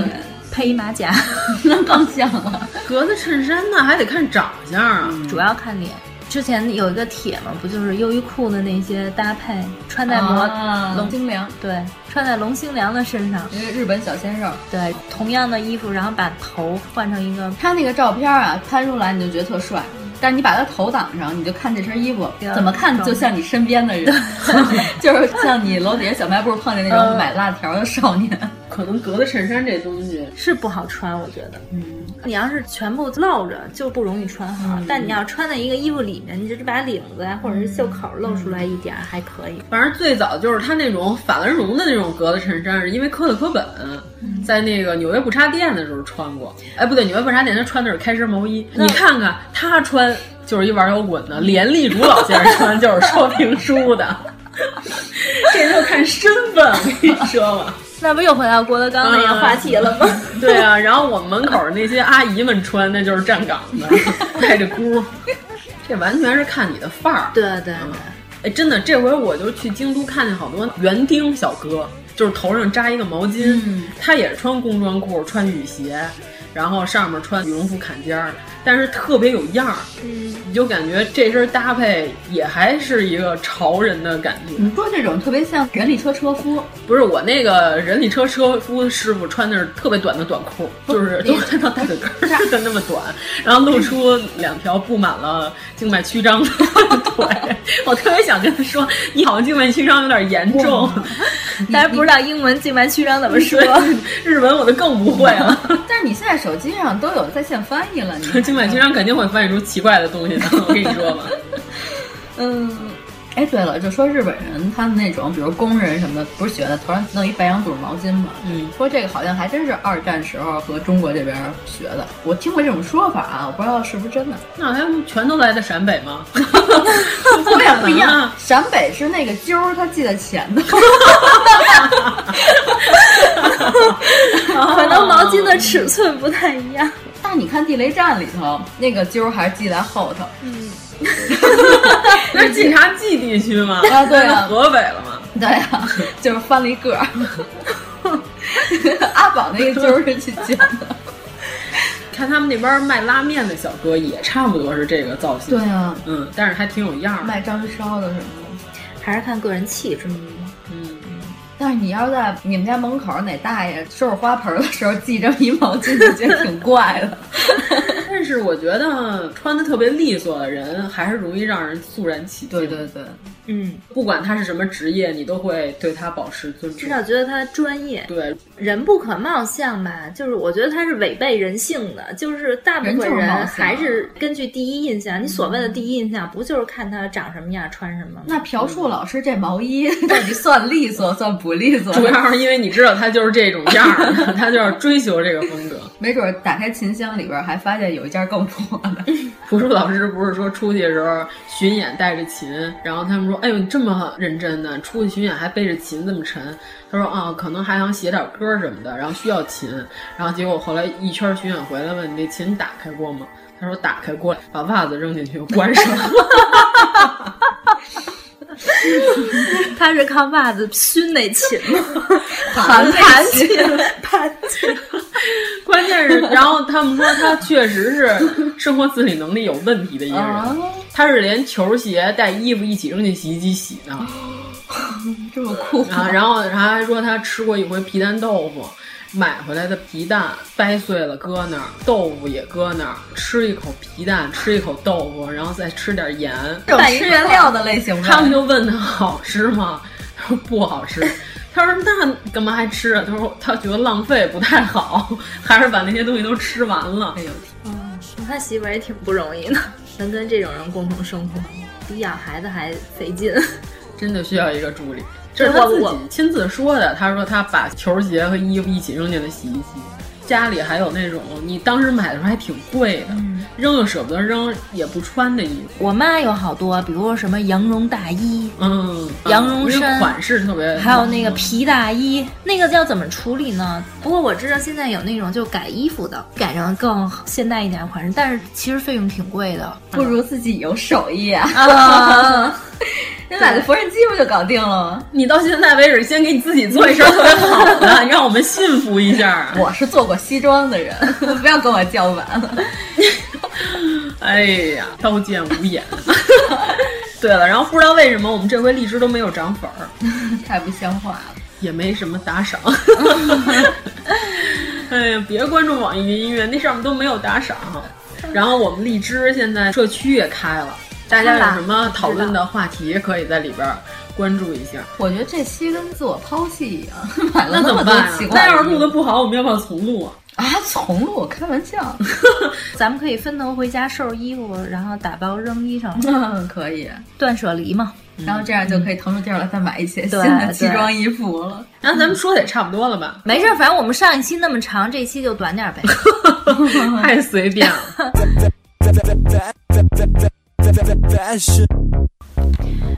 Speaker 7: 配一马甲，
Speaker 9: 那更像了？
Speaker 6: 格子衬衫呢还得看长相啊。
Speaker 7: 主要看脸。之前有一个帖嘛，不就是优衣库的那些搭配，穿在模
Speaker 9: 啊
Speaker 7: 龙
Speaker 9: 精良，
Speaker 7: 对，穿在龙星良的身上，
Speaker 9: 一个日本小鲜肉。
Speaker 7: 对，同样的衣服，然后把头换成一个
Speaker 9: 他那个照片啊，拍出来你就觉得特帅，但是你把他头挡上，你就看这身衣服
Speaker 7: 对啊
Speaker 9: 怎么看就像你身边的 人， 就是像你楼底下小卖部碰见那种
Speaker 6: 嗯
Speaker 9: 买辣条的少年。
Speaker 6: 可能格子衬衫这东西
Speaker 7: 是不好穿，我觉得。嗯，你要是全部露着就不容易穿好，但你要穿在一个衣服里面，你就是把领子啊或者是袖口露出来一点儿还可以。
Speaker 6: 反正最早就是他那种法兰绒的那种格子衬衫，是因为科特·科本在那个纽约不插电的时候穿过。哎，不对，纽约不插电他穿的是开衫毛衣。你看看他穿就是一玩摇滚的，连立竹老先生穿就是说评书的。 这就看身份，我跟 你说吧。
Speaker 7: 那不又回到郭德纲那个话题了吗？
Speaker 6: 对啊，然后我们门口那些阿姨们穿，那就是站岗 的，带着箍儿，这完全是看你的范儿。
Speaker 7: 对对
Speaker 6: 哎，真的，这回我就去京都看见好多园丁小哥，就是头上扎一个毛巾，他也是穿工装裤、穿雨鞋，然后上面穿羽绒服坎肩儿，但是特别有样儿，
Speaker 9: 嗯，
Speaker 6: 你就感觉这身搭配也还是一个潮人的感觉。
Speaker 9: 你说这种特别像人力车车夫，
Speaker 6: 不是我那个人力车车夫师傅穿的是特别短的短裤，就是都快到大腿根
Speaker 9: 啊
Speaker 6: 儿的 那么短，然后露出两条布满了静脉曲张的 腿。我特别想跟他说，你好像静脉曲张有点严重，
Speaker 7: 大家不知道英文静脉曲张怎么说，
Speaker 6: 日文我就更不会了。
Speaker 9: 但是你现在手机上都有在线翻译 了，你
Speaker 6: 静脉曲张肯定会翻译出奇怪的东西的，我跟你说吧。
Speaker 9: 嗯。哎，对了，就说日本人他们那种，比如工人什么的，不是学的头上弄一白羊肚毛巾嘛？
Speaker 6: 嗯，
Speaker 9: 说这个好像还真是二战时候和中国这边学的。我听过这种说法啊，我不知道是不是真的。
Speaker 6: 那他们全都来的陕北 吗？
Speaker 9: 不一样， 不一样。陕北是那个揪儿，他记在前头。
Speaker 7: 可能 毛巾的尺寸不太一样。
Speaker 9: 但你看《地雷战》里头，那个揪儿还是系在后头。
Speaker 7: 嗯。
Speaker 6: 那是晋察冀地区吗？
Speaker 9: 啊，对
Speaker 6: 啊，河北了吗？
Speaker 9: 对啊，就是翻了一个。 阿宝那个就是去捡的。
Speaker 6: 看他们那边卖拉面的小哥也差不多是这个造型。
Speaker 9: 对啊，
Speaker 6: 嗯，但是还挺有样儿。
Speaker 9: 卖章鱼烧的什么的，
Speaker 7: 还是看个人气质。
Speaker 6: 嗯。
Speaker 9: 但是你要是在你们家门口哪大爷收拾花盆的时候系这么一毛巾，就觉得挺怪的。
Speaker 6: 但是我觉得穿的特别利索的人，还是容易让人肃然起敬。
Speaker 9: 对对对，
Speaker 7: 嗯，
Speaker 6: 不管他是什么职业，你都会对他保持尊重，
Speaker 7: 至少觉得他专业。
Speaker 6: 对，
Speaker 7: 人不可貌相吧，就是我觉得他是违背人性的，就是大部分人还是根据第一印象。你所谓的第一印象，不就是看他长什么样、穿什么吗？
Speaker 9: 那朴树老师这毛衣到底算利索算不利索？
Speaker 6: 主要是因为你知道他就是这种样儿， 他就是追求这个风格。
Speaker 9: 没准打开琴箱里边还发现有一件更破的。
Speaker 6: 朴树老师 不是说出去的时候巡演带着琴，然后他们说：“哎呦，你这么认真呢、啊，出去巡演还背着琴这么沉。”他说：“啊，可能还想写点歌什么的，然后需要琴。”然后结果后来一圈巡演回来问：“你那琴打开过吗？”他说：“打开过，把袜子扔进去，关上。”
Speaker 7: 他是靠袜子熏那琴吗？
Speaker 9: 弹
Speaker 7: 弹琴，弹琴。
Speaker 6: 关键是，然后他们说他确实是生活自理能力有问题的一个人，啊、
Speaker 9: 哦
Speaker 6: 他是连球鞋带衣服一起扔进洗衣机洗的，
Speaker 9: 这么酷
Speaker 6: 啊！然后他还说他吃过一回皮蛋豆腐。买回来的皮蛋掰碎了搁那儿，豆腐也搁那儿，吃一口皮蛋，吃一口豆腐，然后再吃点盐，
Speaker 9: 这种吃原料的类型。
Speaker 6: 他们就问他好吃吗？他说不好吃。他说那干嘛还吃啊？他说他觉得浪费不太好，还是把那些东西都吃完了。
Speaker 9: 哎呦，
Speaker 7: 嗯， 他媳妇儿也挺不容易的，能跟这种人共同生活，比养孩子还费劲。
Speaker 6: 真的需要一个助理。这是他自己亲自说的。他说他把球鞋和衣服一起扔进了洗衣机。家里还有那种你当时买的时候还挺贵的，
Speaker 7: 嗯、
Speaker 6: 扔又舍不得扔，也不穿的衣服。
Speaker 7: 我妈有好多，比如说什么羊绒大衣，
Speaker 6: 嗯，
Speaker 7: 羊绒衫，
Speaker 6: 款式特别，嗯
Speaker 7: 还有那个皮大衣，嗯、那个要怎么处理呢？不过我知道现在有那种就改衣服的，改成更现代一点的款式，但是其实费用挺贵的，
Speaker 9: 不如自己有手艺啊。
Speaker 7: 啊
Speaker 9: 你买个缝纫机不就搞定了吗？
Speaker 6: 你到现在为止，先给你自己做一身特别好的， 让我们信服一下。
Speaker 9: 我是做过西装的人， 不要跟我叫板 了。
Speaker 6: 哎呀，刀剑无眼。 对了，然后不知道为什么我们这回荔枝都没有涨粉儿，
Speaker 9: 太不像话了，
Speaker 6: 也没什么打赏。哎呀，别关注网易云音乐，那上面都没有打赏。然后我们荔枝现在社区也开了。大家有什么讨论的话题，可以在里边关注一下。
Speaker 9: 我觉得这期跟自我抛弃一样，
Speaker 6: 买了那
Speaker 9: 么啊
Speaker 6: 多
Speaker 9: 奇
Speaker 6: 啊怪。那要是录的不好，我们要不要重录啊？
Speaker 9: 啊，重录？开玩 笑，
Speaker 7: 咱们可以分头回家收拾衣服，然后打包扔衣裳。
Speaker 9: 嗯，可以，
Speaker 7: 断舍离嘛。
Speaker 9: 然后这样就可以腾出地儿来再买一
Speaker 6: 嗯
Speaker 9: 些新的西装衣服了。
Speaker 6: 然后咱们说的也差不多了 吧？
Speaker 7: 没事，反正我们上一期那么长，这期就短点呗。
Speaker 6: 太随便了。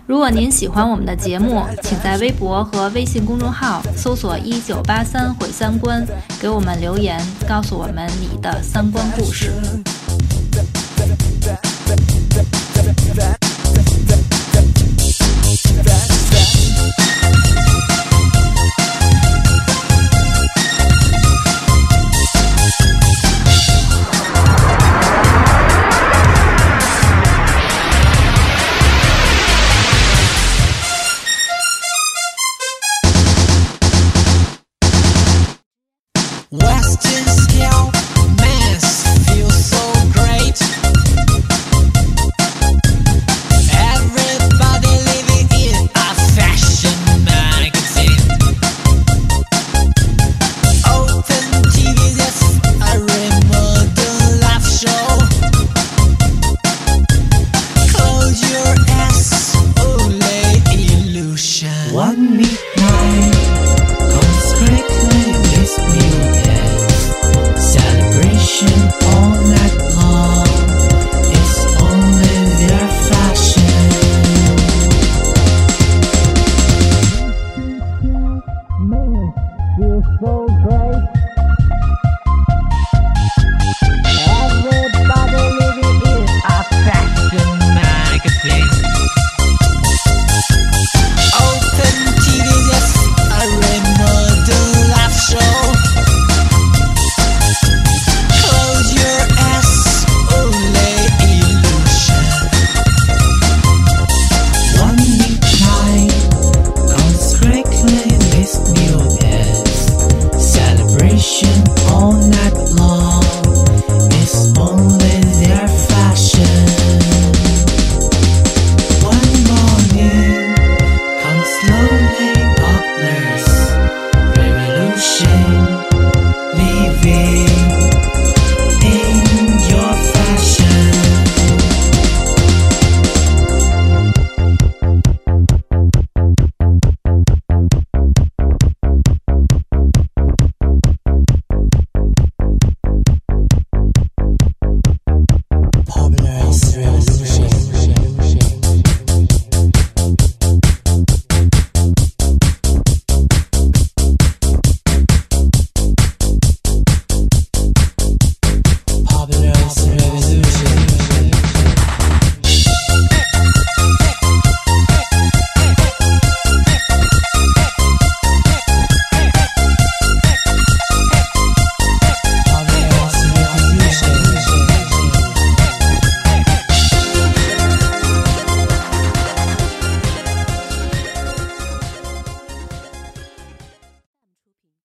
Speaker 7: 如果您喜欢我们的节目，请在微博和微信公众号搜索“一九八三毁三观”，给我们留言，告诉我们你的三观故事。 Western scale mass feels so great. Everybody living in a fashion magazine. Open TV, that's a remote live show. Close your eyes, only illusion. One midnight. Celebration all night long. It's only their fashion.
Speaker 19: Feel so